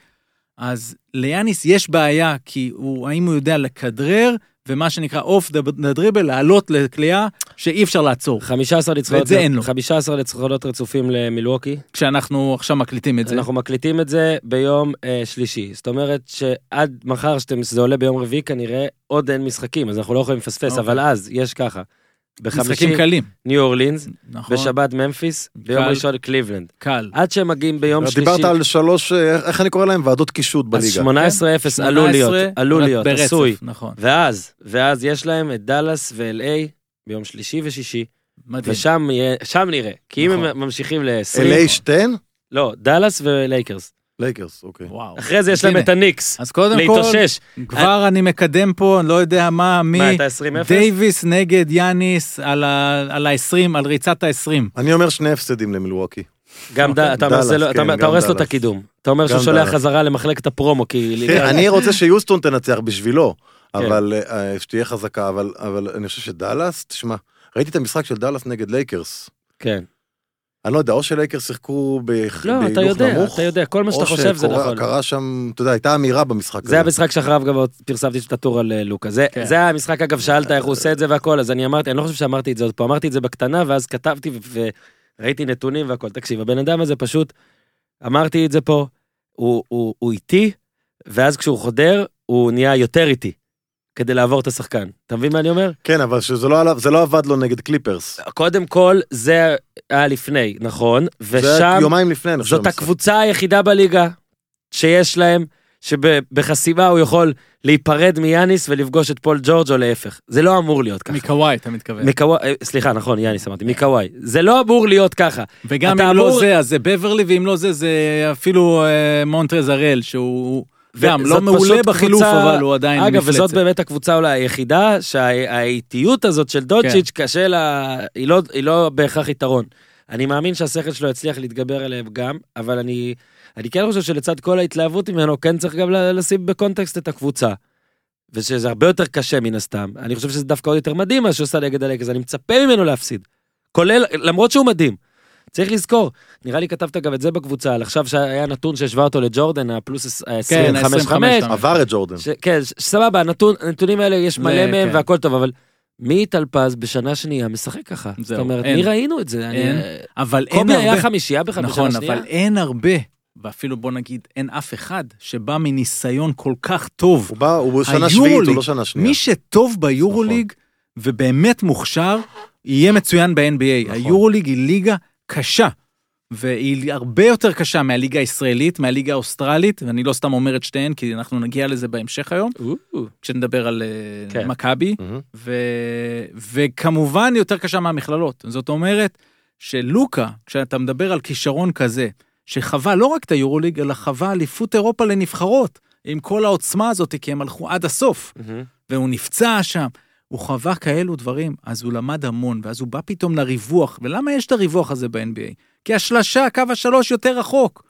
אז ליאניס יש בעיה, כי הוא, האם הוא יודע לכדרר, ומה שנקרא אוף דה דריבל, לעלות לקליעה שאי אפשר לעצור.
15 ניצחונות,
ואת זה אין לו.
15 ניצחונות רצופים למילווקי.
כשאנחנו עכשיו מקליטים את זה.
אנחנו מקליטים את זה ביום אה, שלישי. זאת אומרת שעד מחר, שאתם- שזה עולה ביום רביעי, כנראה עוד אין משחקים, אז אנחנו לא יכולים לפספס,
אוקיי.
אבל אז, יש ככה. בחמישי,
משחקים קלים,
ניו אורלינס,
נכון?
בשבת ממפיס, ביום
קל.
ראשון קליבלנד.
קל.
עד שהם מגיעים ביום שלישי,
לא, דיברת על שלוש, אה, איך אני קורא להם? ועדות קישוט
אז
בליגה.
18-0 עלול להיות,
18
עלול להיות,
כן, ברצף,
עשוי.
נכון,
ואז, ואז יש להם את דאלאס ו-LA ביום שלישי ושישי,
מדהים.
ושם יהיה- שם נראה. כי אם
אוקיי. נכון.
הם ממשיכים ל-20,
LA שתיהן?
לא, דאלאס ולייקרס.
לייקרס, אוקיי.
וואו.
אחרי זה יש להם
הנה.
את הניקס,
אז קודם כל,
להתאושש.
כבר אני מקדם פה, אני לא יודע מה, מי,
מה, אתה 20-0?
דייוויס נגד יאניס על ה-20, על ריצת ה-20.
אני אומר שני הפסדים למילווקי.
גם ד- אתה
דאלאס,
מנסה לו- אתה-
כן,
אתה
גם
הורס לו את
דאלאס.
הקידום. אתה אומר
גם
שהוא שולח
דאלאס.
חזרה למחלקת הפרומו, כי...
תראה, כן, אני רוצה שיוסטון תנצח בשבילו,
כן.
אבל אה, שתהיה חזקה, אבל- אבל אני חושב שדאלאס, תשמע, ראיתי את המשחק של דאלאס נגד לייקרס.
כן. אני
אני לא יודע, או שלייקרס שיחקו בהילוך
לא,
נמוך,
אתה יודע, אתה יודע, כל מה שאתה חושב זה
או
נכון.
שקרה שם, אתה יודע, הייתה אמירה במשחק הזה.
זה המשחק שאחריו גם עוד פרסמתי את הטור על אה, לוקה. זה-
כן.
זה המשחק, אגב, שאלת איך הוא עושה את זה והכל, אז אני אמרתי, אני לא חושב שאמרתי את זה עוד פה, אמרתי את זה בקטנה, ואז כתבתי ו- וראיתי נתונים והכל. תקשיב, הבן אדם הזה פשוט, אמרתי את זה פה, הוא- הוא הוא איטי, ואז כשהוא חודר, הוא נהיה יותר איטי, כדי לעבור את השחקן. אתה מבין מה אני אומר?
כן, אבל שזה לא עלה- זה לא עבד לו נגד קליפרס.
קודם כל, זה היה לפני, נכון?
זה היה
ושם,
יומיים לפני, אני חושב.
זאת
המשחק.
הקבוצה היחידה בליגה שיש להם, שבחסימה הוא יכול להיפרד מיאניס ולפגוש את פול ג'ורג' או להפך. זה לא אמור להיות ככה.
מקוואי, אתה מתכוון.
מקוואי, אה, סליחה, נכון, יאניס אמרתי, מקוואי. זה לא אמור להיות ככה.
וגם
אתה
אם לא
אמור-
זה, אז זה בברלי, ואם לא זה, זה אפילו אה, מונטרז הראל, שהוא
ו-
גם לא
זאת פשוט
מעולה בחילוף,
קבוצה-
אבל הוא עדיין
אגב, וזאת
מפלצת.
באמת הקבוצה אולי היחידה שהאיטיות הזאת של דודג'יץ'
כן.
קשה לה, היא לא, היא לא בהכרח יתרון. אני מאמין שהשכל שלו יצליח להתגבר עליהם גם, אבל אני, אני כן חושב שלצד כל ההתלהבות ממנו, כן צריך גם ל- לשים בקונטקסט את הקבוצה. ושזה הרבה יותר קשה מן הסתם. אני חושב שזה דווקא עוד יותר מדהים מה שעושה נגד הלקס, אני מצפה ממנו להפסיד. כולל, למרות שהוא מדהים. צריך לזכור, נראה לי כתבת גם את זה בקבוצה, על עכשיו שהיה נתון שהשווה אותו לג'ורדן, הפלוס
כן,
ה-25-5,
עבר את ג'ורדן.
ש- כן, ש- סבבה, הנתון, הנתונים האלה, יש מלא
זה,
מהם
כן.
והכל טוב, אבל מי טלפז בשנה שנייה משחק ככה? זאת
זהו,
אומרת,
אין.
מי ראינו את זה? אני-
אין.
אה,
אבל אין
קובי היה
הרבה...
חמישייה בכלל בשנה
נכון,
שנייה?
אבל אין הרבה, ואפילו בוא נגיד, אין אף אחד שבא מניסיון כל כך טוב
הוא בא, הוא שנה
היורוליג,
שביעית, הוא לא שנה שנייה.
מי שטוב ביורוליג ובאמת מוכשר, יהיה מצוין ב-NBA.
נכון.
היורוליג היא ליגה קשה, והיא הרבה יותר קשה מהליגה הישראלית, מהליגה האוסטרלית, ואני לא סתם אומר את שתיהן, כי אנחנו נגיע לזה בהמשך היום,
או,
כשנדבר על אה,
כן.
מכבי,
מהמם.
ו... וכמובן יותר קשה מהמכללות. זאת אומרת שלוקה, כשאתה מדבר על כישרון כזה, שחווה לא רק את היורוליג, אלא חווה אליפות אירופה לנבחרות, עם כל העוצמה הזאת, כי הם הלכו עד הסוף.
מהמם.
והוא נפצע שם. הוא חווה כאלו דברים, אז הוא למד המון, ואז הוא בא פתאום לריווח, ולמה יש את הריווח הזה ב-NBA? כי השלשה, קו השלוש יותר רחוק.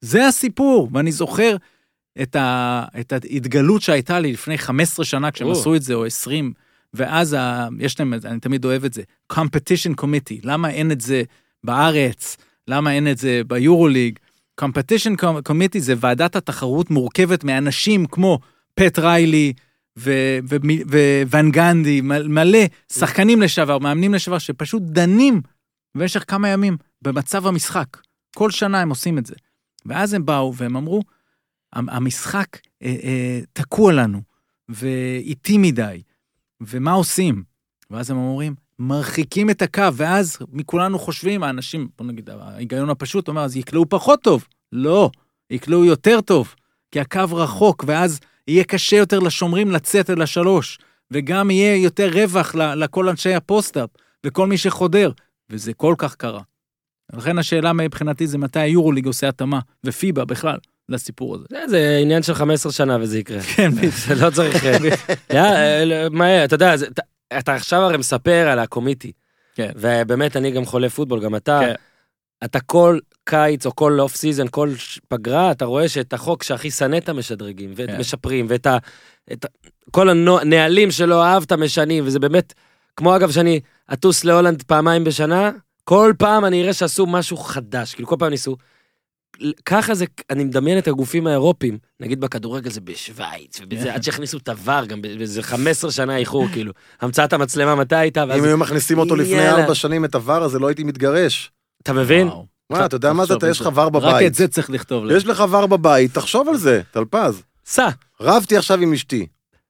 זה הסיפור, ואני זוכר את, ה... את ההתגלות שהייתה לי לפני 15 שנה כשהם
או.
עשו את זה, או 20, ואז ה... יש להם, אני תמיד אוהב את זה, competition committee, למה אין את זה בארץ? למה אין את זה ביורוליג? competition Com- committee זה ועדת התחרות מורכבת מאנשים כמו פט ריילי, ו- ו- ו- ון גנדי, מ- מלא שחקנים לשעבר, מאמנים לשעבר, שפשוט דנים במשך כמה ימים במצב המשחק. כל שנה הם עושים את זה. ואז הם באו והם אמרו, "המ- המשחק אה, אה, תקוע לנו, ואיטי מדי, ומה עושים? ואז הם אומרים, מרחיקים את הקו, ואז מכולנו חושבים, האנשים, בוא נגיד, ההיגיון הפשוט אומר, אז יקלעו פחות טוב. לא, יקלעו יותר טוב, כי הקו רחוק, ואז יהיה קשה יותר לשומרים לצאת אל השלוש, וגם יהיה יותר רווח ל- לכל אנשי הפוסט-אפ, וכל מי שחודר, וזה כל כך קרה. לכן השאלה מבחינתי זה מתי היורוליג עושה התאמה, ופיבה בכלל, לסיפור הזה.
זה, זה עניין של 15 שנה וזה יקרה.
כן, בדיוק.
זה לא צריך... אה, אה, לא, מהר, אתה יודע, זה- אתה- אתה עכשיו הרי מספר על הקומיטי.
כן.
ובאמת, אני גם חולה פוטבול, גם אתה.
כן.
אתה כל קיץ או כל אוף סיזן, כל ש- פגרה, אתה רואה שאת החוק שהכי שנאת משדרגים, ואת
כן.
משפרים, ואת ה... את... ה- כל הנהלים שלא אהבת משנים, וזה באמת, כמו אגב שאני אטוס להולנד פעמיים בשנה, כל פעם אני אראה שעשו משהו חדש, כאילו כל פעם ניסו. ככה זה, אני מדמיין את הגופים האירופיים, נגיד בכדורגל זה בשוויץ, ובזה, עד שהכניסו את הוואר, גם זה 15 שנה איחור, כאילו. המצאת המצלמה מתי הייתה, ואז
אם היו מכניסים אותו לפני
יאללה.
ארבע שנים את הוואר הזה, לא הייתי מתגרש.
אתה מבין?
וואו.
מה, אתה יודע מה זה? אתה יש לך וואר
רק
בבית.
את זה צריך לכתוב
לא-
להם.
יש לך וואר בבית, תחשוב על זה, טלפז.
סע.
רבתי עכשיו עם אשתי.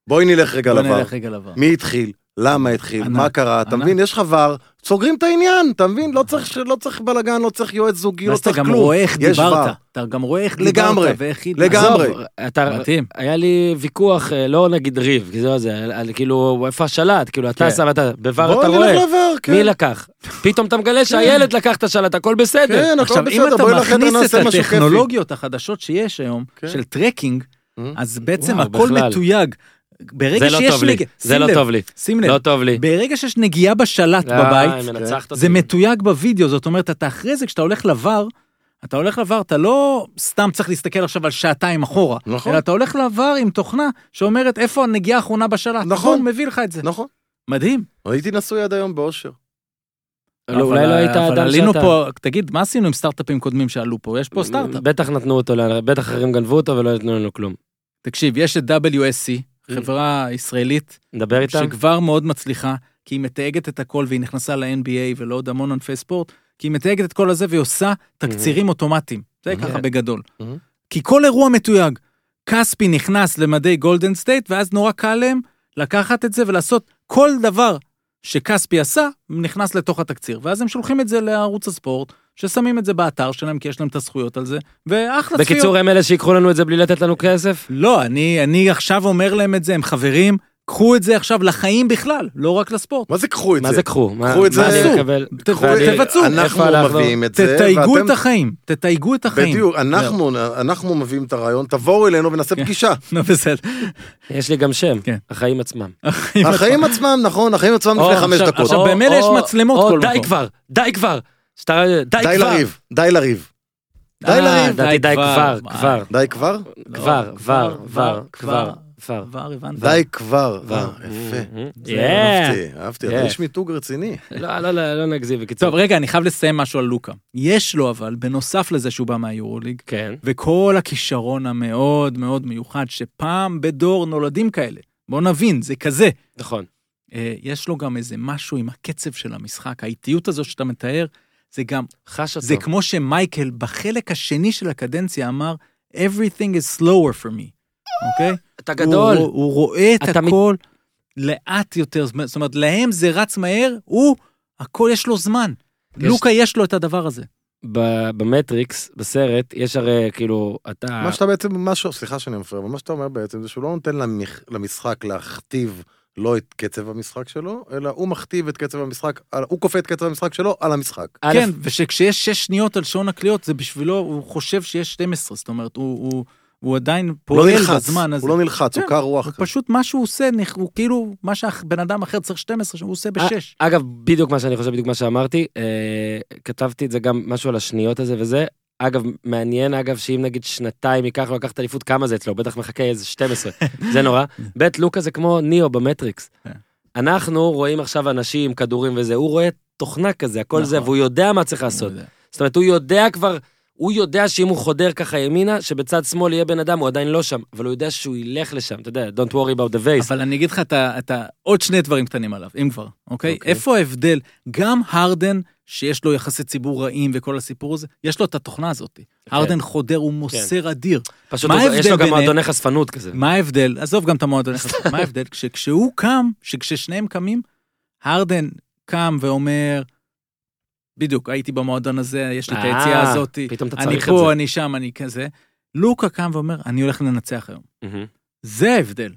בואי נלך רגע
בוא
לוואר.
נלך רגע לבר.
מי התחיל? למה התחיל?
ענק,
מה קרה? אתה
ענק.
מבין? יש לך ור, סוגרים את העניין, אתה מבין? לא צריך ש- לא צריך בלאגן, לא צריך יועץ זוגי, לא
ואז אתה
צריך
גם
כלום.
רואה איך
יש ור.
דיברת. אתה גם רואה איך דיברת.
לגמרי,
ואיך...
לגמרי.
עזוב, אתה,
מתאים.
היה לי ויכוח, אה, לא נגיד ריב, כי זה לא זה, על- על- כאילו, איפה השלט? כאילו, אתה
כן.
שם, אתה, בבר
בוא
אתה
נלך
רואה,
לוור, כן.
מי לקח? פתאום אתה
כן.
מגלה שהילד לקח את השלט, הכל בסדר.
כן, הכל
עכשיו, אם
בסדר,
אתה
בואי לחדר
מכניס
נעשה
את
משהו כיפי.
הטכנולוגיות החדשות שיש היום,
כן. Mm.
של טרקינג, אז בעצם
וואו,
הכל
בכלל.
מתויג. ברגע
זה לא
שיש...
טוב לי,
נג-
זה
שים
לא
לב,
טוב לי,
שים לב,
לא טוב לי.
ברגע שיש נגיעה בשלט
אה,
בבית, כן.
היא מנצחת אותי.
זה מתויג בווידאו, זאת אומרת, אתה אחרי זה, כשאתה הולך לבר, אתה הולך לבר, אתה לא סתם צריך להסתכל עכשיו על שעתיים אחורה,
נכון.
אלא אתה הולך לבר עם תוכנה שאומרת איפה הנגיעה האחרונה בשלט.
נכון.
בום, מביא לך את זה.
נכון.
מדהים.
הייתי נשוי עד היום באושר.
לא, אולי
אבל-
לא היית האדם שאתה... אה,
אבל עלינו פה, תגיד, מה עשינו עם סטארט-אפים קודמים שעלו פה? יש פה סטארט-אפ.
בטח נתנו אותו, ל- בטח אחרים גנבו אותו ולא נתנו לנו כלום.
תקשיב, יש את WSC, חברה ישראלית,
נדבר איתם?
שכבר מאוד מצליחה, כי היא מתייגת את הכל והיא נכנסה ל-NBA ולעוד המון ענפי ספורט, כי היא מתייגת את כל הזה והיא עושה תקצירים אוטומטיים. זה ככה בגדול.
מהמם.
כי כל אירוע מתויג. כספי נכנס למדי גולדן סטייט, ואז נורא קל להם לקחת את זה ולעשות כל דבר שכספי עשה, נכנס לתוך התקציר. ואז הם שולחים את זה לערוץ הספורט, ששמים את זה באתר שלהם, כי יש להם את הזכויות על זה, ואחלה צפיות.
בקיצור, הם אלה שיקחו לנו את זה בלי לתת לנו כסף?
לא, אני, אני עכשיו אומר להם את זה, הם חברים, קחו את זה עכשיו לחיים בכלל, לא רק לספורט.
מה זה קחו את זה?
מה זה קחו? מה-
קחו את
מה
זה.
אני
עשו.
מקבל?
ת-
ואני-
תבצעו.
אנחנו
איפה הלכנו?
מביאים את זה,
תתייגו
ואתם-
את החיים, תתייגו את החיים. לא.
בדיוק, אנחנו- אנחנו מביאים את הרעיון, תבואו אלינו ונעשה
כן.
פגישה.
נו, בסדר.
יש לי גם שם,
כן.
החיים עצמם.
החיים-
החיים עצמם, נכון, החיים עצמם לפני
או,
חמש
עכשיו-
דקות.
עכשיו,
או-
במילא יש
או-
מצלמות
או,
כל
די
מקום.
כבר, די כבר. שאתה- די כבר.
די לריב, די לריב. די
אה,
לריב.
לדעתי די כבר,
אה,
כבר.
די כבר?
לא,
כבר, כבר, כבר, כבר, כבר.
כבר, הבנתי.
די כבר.
כבר.
אה, יפה.
יאה.
אהבתי, אהבתי, אתה
Yeah.
איש מיתוג רציני.
לא, לא, לא לא נגזים, בקיצור.
טוב, רגע, אני חייב לסיים משהו על לוקה. יש לו אבל, בנוסף לזה שהוא בא מהיורוליג,
כן.
וכל הכישרון המאוד מאוד מיוחד, שפעם בדור נולדים כאלה. בוא נבין, זה כזה.
נכון.
אה, יש לו גם איזה משהו עם הקצב של המשחק, האיטיות הזו שאתה מתאר, זה גם,
חש אותו.
זה כמו שמייקל בחלק השני של הקדנציה אמר, everything is slower for me, אוקיי?
אתה גדול.
הוא, הוא רואה את
אתה מת-
הכל לאט יותר, זאת אומרת, להם זה רץ מהר, הוא, הכל יש לו זמן.
יש-
לוקה יש לו את הדבר הזה.
ב- במטריקס, בסרט, יש הרי, כאילו, אתה...
מה שאתה בעצם, מה ש... סליחה שאני מפריע, אבל מה שאתה אומר בעצם זה שהוא לא נותן למח... למשחק להכתיב לא את קצב המשחק שלו, אלא הוא מכתיב את קצב המשחק, על... הוא כופה את קצב המשחק שלו על המשחק.
א',
כן, ושכשיש 6 שניות על שעון הקליעות, זה בשבילו, הוא חושב שיש 12, זאת אומרת, הוא... הוא הוא עדיין
הוא לא
פועל
נלחץ,
בזמן הזה.
הוא לא נלחץ, הוא
כן,
קר רוח.
הוא פשוט מה שהוא עושה, נח- הוא כאילו, מה שהבן אדם אחר צריך 12, הוא עושה בשש.
אגב, בדיוק מה שאני חושב, בדיוק מה שאמרתי, אה, כתבתי את זה גם משהו על השניות הזה וזה. אגב, מעניין אגב שאם נגיד שנתיים ייקח לו לקחת אליפות, כמה זה אצלו? הוא בטח מחכה איזה 12, זה נורא. ב' לוקה זה כמו ניאו במטריקס.
כן.
אנחנו רואים עכשיו אנשים, כדורים וזה, הוא רואה תוכנה כזה, הכל זה,
נכון.
והוא יודע מה צריך לעשות. זאת אומרת, הוא יודע כבר, הוא יודע שאם הוא חודר ככה ימינה, שבצד שמאל יהיה בן אדם, הוא עדיין לא שם, אבל הוא יודע שהוא ילך לשם, אתה יודע, don't worry about the face.
אבל אני אגיד לך את ה- את ה- עוד שני דברים קטנים עליו, אם כבר, אוקיי?
אוקיי.
איפה ההבדל? גם הרדן, שיש לו יחסי ציבור רעים וכל הסיפור הזה, יש לו את התוכנה הזאת.
כן.
הרדן חודר, הוא מוסר אדיר.
פשוט
מה
הוא- יש
ההבדל
לו גם
ביניהם?
מועדוני חשפנות כזה.
מה ההבדל? עזוב גם את המועדון, מה ההבדל? כש- כשהוא קם, שכששניהם קמים, הרדן קם ואומר, בדיוק, הייתי במועדון הזה, יש לי את היציאה
אה,
הזאת,
פתאום אתה
אני
צריך את זה.
פה, אני שם, אני כזה. לוקה קם ואומר, אני הולך לנצח היום.
מהמם.
זה ההבדל.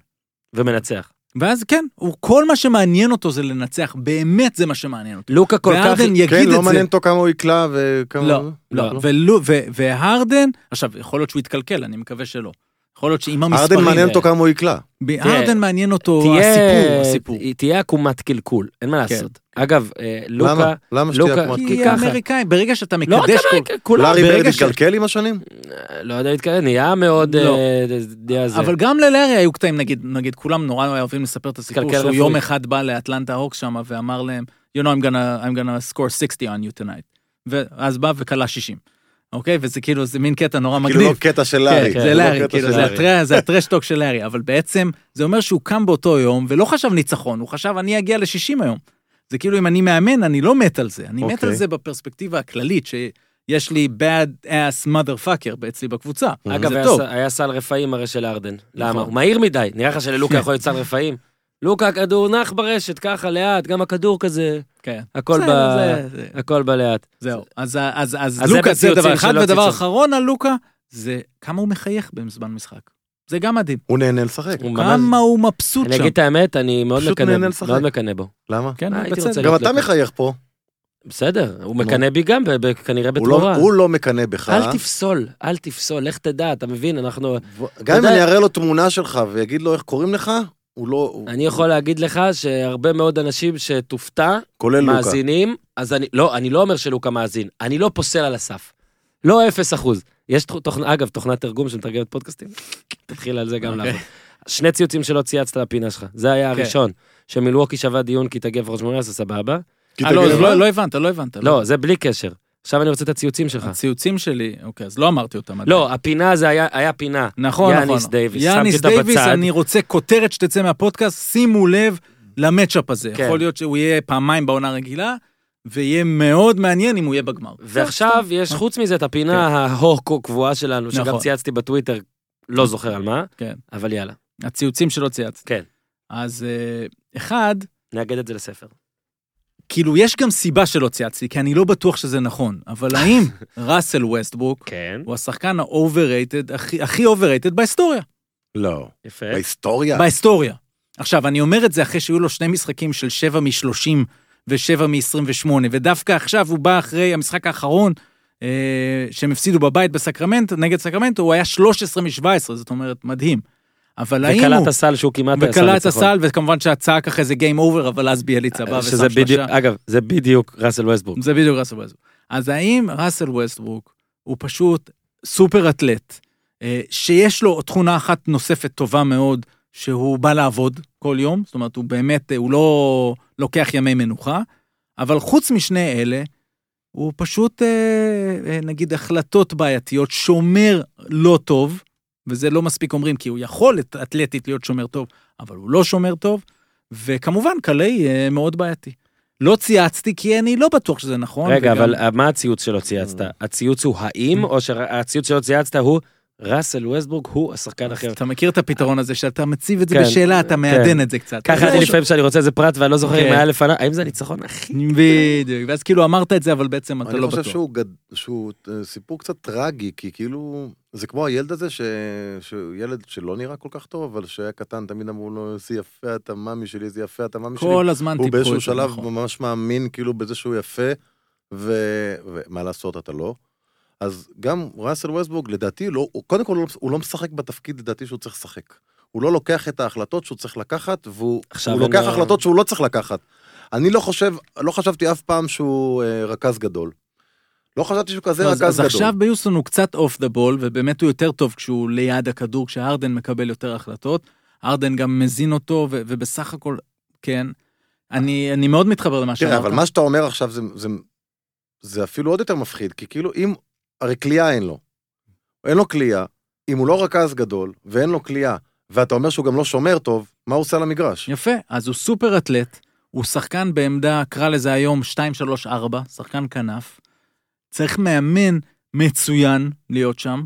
ומנצח.
ואז כן, הוא, כל מה שמעניין אותו זה לנצח, באמת זה מה שמעניין אותו.
לוקה כל כך...
והרדן יגיד
כן,
את
לא
זה.
מעניין אותו כמה הוא יקלע וכמה...
לא, לא,
לא.
ולו- ו- והרדן, עכשיו, יכול להיות שהוא יתקלקל, אני מקווה שלא. יכול להיות שעם המספרים...
ארדן מעניין אותו
האלה.
כמה הוא יקלע.
ב-
תראה,
הרדן מעניין אותו
תהיה-
הסיפור, הסיפור.
תהיה עקומת קלקול, אין מה
כן.
לעשות. אגב, אה, לוקה...
למה? למה שתהיה
לוקה-
עקומת
כי-
קלקול?
כי
ככה.
האמריקאים, ברגע שאתה
לא רק
מקדש כל...
אמריקה, כולם.
לארי
ברגע
ברד
ש-
התקלקל עם השנים? כאילו,
לא יודע להתקרב, נהיה מאוד...
לא.
אה, יודע, זה-
אבל גם ללארי היו קטעים, נגיד, נגיד, כולם נורא אוהבים לספר את הסיפור,
התקלקל
שהוא
רפואי.
יום אחד בא לאטלנטה הורקס שם ואמר להם, you know, I'm gonna, I'm gonna score 60 on you tonight. ואז בא וכלה 60. אוקיי? וזה כאילו, זה מין קטע נורא
כאילו
מגניב.
לא קטע של
כן,
לארי.
זה
לא
לארי,
קטע
כאילו,
של
זה
לארי.
הטרא- זה הטרשטוק של לארי, אבל בעצם זה אומר שהוא קם באותו יום ולא חשב ניצחון, הוא חשב אני אגיע ל-60 היום. זה כאילו אם אני מאמן, אני לא מת על זה, אני מת
אוקיי.
על זה בפרספקטיבה הכללית, שיש לי bad ass motherfucker אצלי בקבוצה.
אגב,
זה
אה, היה
טוב.
ס- היה סל רפאים הרי של ארדן. למה?
נכון. כן.
הוא מהיר מדי. נראה לך שללוקה יכול להיות סל רפאים? לוקה, הכדור נח ברשת, ככה, לאט, גם הכדור כזה,
כן.
הכל
בסדר,
ב...
זה- זה-
הכל בלאט.
זהו. אז ה- אז- אז
אז זה
לוקה זה
בציוצים
דבר אחד,
שלא
ודבר
ציוצים.
אחרון על לוקה, זה כמה הוא מחייך בזמן משחק. זה גם מדהים.
הוא נהנה לשחק.
הוא ממש-
כמה הוא מבסוט
אני
שם.
אגיד את האמת, אני מאוד
פשוט
מקנא,
נהנה לשחק.
מאוד מקנא בו.
למה?
כן,
אה, הייתי
בצדק.
רוצה
גם
להיות
אתה
לוקה.
מחייך פה.
בסדר, הוא מקנא בי גם, ב- ב- כנראה
הוא לא-
בתמורה.
הוא לא מקנא בך.
אל תפסול, אל תפסול, לך תדע, אתה מבין, אנחנו...
גם אם
יודע-
אני אראה לו תמונה שלך ויגיד לו איך קוראים לך, הוא לא... הוא-
אני יכול להגיד לך שהרבה מאוד אנשים שתופתע,
כולל לוקה.
מאזינים, אז אני, לא, אני לא אומר שלוקה מאזין, אני לא פוסל על הסף. לא אפס אחוז. יש תוכ- תוכנה, אגב, תוכנת תרגום שמתרגמת פודקאסטים, תתחיל על זה גם
אוקיי.
לעבוד. שני ציוצים שלא צייצת לפינה שלך, זה היה
כן.
הראשון. שמילווקי שווה דיון כי תגיע ראש מונס, סבבה.
כי
אה, לא,
תגיד,
אז
"מה?"
לא לא הבנת, לא הבנת.
לא, זה בלי קשר. עכשיו אני רוצה את הציוצים שלך.
הציוצים שלי, אוקיי, אז לא אמרתי אותם. עדיין.
לא, הפינה זה היה, היה פינה.
נכון, נכון.
יאניס דייוויס, שמתי
יאניס
אותה
דייוויס,
בצד.
אני רוצה כותרת שתצא מהפודקאסט, שימו לב למצ'אפ הזה.
כן.
יכול להיות שהוא יהיה פעמיים בעונה רגילה, ויהיה מאוד מעניין אם הוא יהיה בגמר.
ועכשיו יש חוץ מזה את הפינה ההוקו קבועה שלנו, שגם
כן. נכון.
צייצתי בטוויטר, לא זוכר על מה,
כן.
אבל יאללה,
הציוצים שלא צייצת.
כן.
אז אה, אחד,
נאגד את זה לספר.
כאילו יש גם סיבה שלא צייצתי, כי אני לא בטוח שזה נכון, אבל האם ראסל ווסטברוק
כן.
הוא השחקן האובררייטד, הכי- הכי אובררייטד בהיסטוריה?
לא.
יפה.
אה?
בהיסטוריה?
בהיסטוריה. עכשיו, אני אומר את זה אחרי שהיו לו שני משחקים של 7 מ-30 ו-7 מ-28, ודווקא עכשיו הוא בא אחרי המשחק האחרון אה, שהם הפסידו בבית בסקרמנט, נגד סקרמנטו, הוא היה 13 מ-17, זאת אומרת, מדהים. אבל האם
וקלע
הוא...
את הסל שהוא כמעט היה סל
וקלע את
ניצחון. אה,
הסל, וכמובן שהצעק אחרי זה Game Over, אבל אז ביאליצה בא ושם
שזה
שלושה.
בדיוק, אגב, זה בדיוק ראסל ווסטבורג.
זה בדיוק ראסל ווסטברוק. אז האם ראסל ווסטברוק הוא פשוט סופר אתלט, אה, שיש לו תכונה אחת נוספת טובה מאוד, שהוא בא לעבוד כל יום, זאת אומרת, הוא באמת, אה, הוא לא לוקח ימי מנוחה, אבל חוץ משני אלה, הוא פשוט, אה, אה, נגיד, החלטות בעייתיות, שומר לא טוב, וזה לא מספיק אומרים, כי הוא יכול את- אתלטית להיות שומר טוב, אבל הוא לא שומר טוב, וכמובן, קלעי אה, מאוד בעייתי. לא צייצתי, כי אני לא בטוח שזה נכון.
רגע,
וגם- אה.
אבל אה, מה הציוץ שלא צייצת? הציוץ הוא האם, או שהציוץ שלא צייצת הוא ראסל ווסטבורג הוא השחקן הכי...
אתה מכיר את הפתרון הזה, שאתה מציב את זה
כן,
בשאלה, אתה מעדן את זה קצת. לא,
ככה אני
זה-
לפעמים שאני רוצה איזה פרט ואני לא זוכר אם
כן.
היה לפניו, האם זה הניצחון הכי...
בדיוק, ואז כאילו אמרת את זה, אבל בעצם אתה
אני
לא
חושב
בטוח.
שהוא, גד... שהוא אה, סיפור קצת טרגי, כי כאילו, זה כמו הילד הזה, ש... שהוא ילד שלא נראה כל כך טוב, אבל שהיה קטן, תמיד אמרו לו, איזה יפה אתה מאמי שלי, איזה יפה אתה מאמי שלי.
כל הזמן
הוא
טיפחו את זה,
באיזשהו שלב
נכון.
ממש מאמין כאילו בזה שהוא יפה, ו- ומה לעשות, אתה לא. אז גם ראסל ווסטבורג, לדעתי, לא, הוא- קודם כל הוא לא- הוא לא משחק בתפקיד, לדעתי, שהוא צריך לשחק. הוא לא לוקח את ההחלטות שהוא צריך לקחת, והוא
עכשיו
הוא
אין
לוקח
לו-
החלטות שהוא לא צריך לקחת. אני לא חושב, לא חשבתי אף פעם שהוא אה, רכז גדול. לא חשבתי שהוא כזה
אז,
רכז
אז
גדול.
עכשיו ביוסטון הוא קצת אוף דה בול, ובאמת הוא יותר טוב כשהוא ליד הכדור, כשהרדן מקבל יותר החלטות. הרדן גם מזין אותו, ו- ובסך הכל, כן. אני, אני מאוד מתחבר למה שאמרת.
תראה, אבל מה שאתה אומר עכשיו זה, זה, זה אפילו עוד יותר מפחיד, כי כאילו אם, הרי כליאה אין לו. אין לו כליאה, אם הוא לא רכז גדול ואין לו כליאה, ואתה אומר שהוא גם לא שומר טוב, מה הוא עושה על המגרש?
יפה, אז הוא סופר אתלט, הוא שחקן בעמדה, קרא לזה היום 2-3-4, שחקן כנף. צריך מאמן מצוין להיות שם,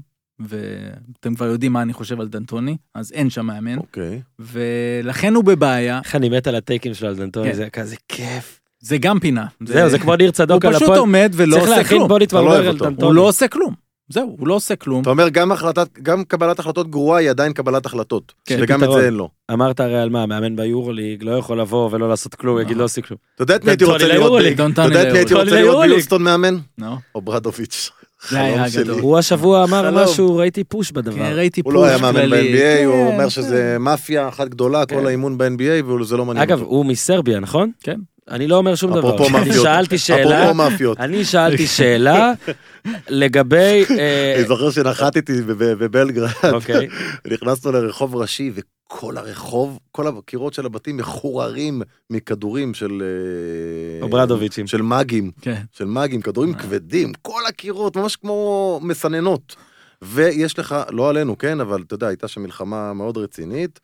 ואתם כבר יודעים מה אני חושב על דנטוני, אז אין שם מאמן,
אוקיי.
ולכן הוא בבעיה,
איך אני מת על הטייקים שלו על דנטוני,
כן.
זה כזה כיף.
זה גם פינה.
זהו, זה כמו ניר
הוא
צדוק על
פשוט
הפוד.
עומד ולא
צריך
עושה
להכין
כלום.
בודי
אתה לא אוהב
טווארבר על
אותו. הוא
דנטוני.
הוא לא עושה כלום. זהו, הוא לא עושה כלום.
אתה אומר גם החלטת, גם קבלת החלטות גרועה היא עדיין קבלת החלטות.
כן.
וגם את
פתרון.
זה אין לו.
אמרת הרי על מה, מאמן ביורוליג, לא יכול לבוא ולא לעשות כלום,
אה,
יגיד לא עושה כלום.
אתה יודע את מי הייתי
דנטוני
רוצה לראות?
ליורוליג.
ב- אתה
דונטני
יודע את מי הייתי
ליורוליג.
רוצה לראות
ליורוליג.
ביוסטון מאמן?
נו.
אוברדוביץ'.
לא, זה היה
חלום שלי.
הגדול.
הוא השבוע אמר
חלום.
משהו, ראיתי פוש
כן,
בדבר.
ראיתי
הוא לא
פוש
היה מאמן
כללי.
ב-NBA,
כן,
הוא אומר
כן.
שזה מאפיה אחת גדולה, כל האימון ב-NBA, וזה לא מעניין
כן. אגב,
אותו.
הוא מסרביה, נכון?
כן.
אני לא אומר שום דבר.
אפרופו
אני
מאפיות.
שאלתי שאלה,
אפרופו מאפיות.
אני שאלתי שאלה לגבי... אה,
אני זוכר שנחתתי בב- בבלגרד,
אוקיי.
נכנסנו לרחוב ראשי, וכל הרחוב, כל הקירות של הבתים מחוררים מכדורים של... אה,
אוברדוביצ'ים.
של מאגים,
כן.
של מאגים, כדורים כבדים, כל הקירות, ממש כמו מסננות. ויש לך, לא עלינו, כן, אבל אתה יודע, הייתה שם מלחמה מאוד רצינית,